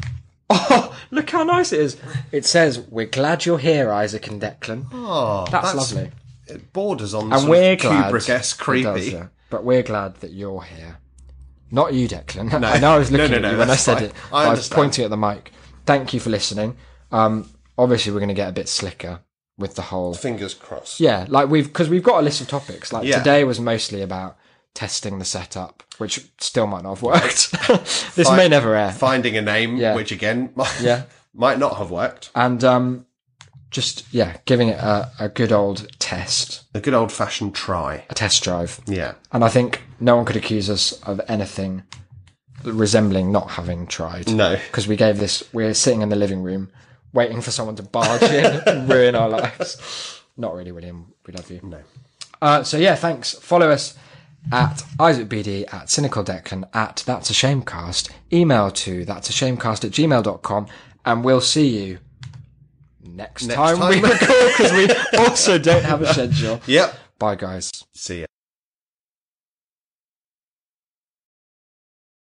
S1: Oh, look how nice it is. It says, We're glad you're here, Isaac and Declan.
S2: Oh,
S1: that's, lovely.
S2: It borders on
S1: And
S2: sort
S1: we're
S2: of
S1: glad.
S2: Kubrick-esque
S1: It
S2: creepy.
S1: does, yeah. But we're glad that you're here. Not you, Declan.
S2: No.
S1: I know I was
S2: No,
S1: looking
S2: no, no,
S1: at you when I
S2: that's
S1: said
S2: fine.
S1: it.
S2: I
S1: I, was
S2: understand.
S1: pointing at the mic. Thank you for listening. Um, obviously, we're going to get a bit slicker with the whole.
S2: Fingers crossed.
S1: Yeah, like we've because we've got a list of topics. Like
S2: Yeah.
S1: today was mostly about testing the setup, which still might not have worked. this may never air.
S2: Finding a name,
S1: Yeah.
S2: which again might,
S1: Yeah.
S2: might not have worked.
S1: and um, just yeah, giving it a, a good old test,
S2: A good old fashioned try.
S1: a test drive.
S2: Yeah.
S1: And I think no one could accuse us of anything resembling not having tried.
S2: No.
S1: because we gave this. We're sitting in the living room, waiting for someone to barge in and ruin our lives. Not really, William. We love you.
S2: No.
S1: Uh, so yeah, thanks. Follow us at IsaacBD, at Cynical Declan, at That's a Shamecast. Email to That's a Shamecast at gmail.com, and we'll see you next, time, we
S2: time.
S1: record because we also don't have a schedule.
S2: Yep.
S1: Bye, guys.
S2: See ya.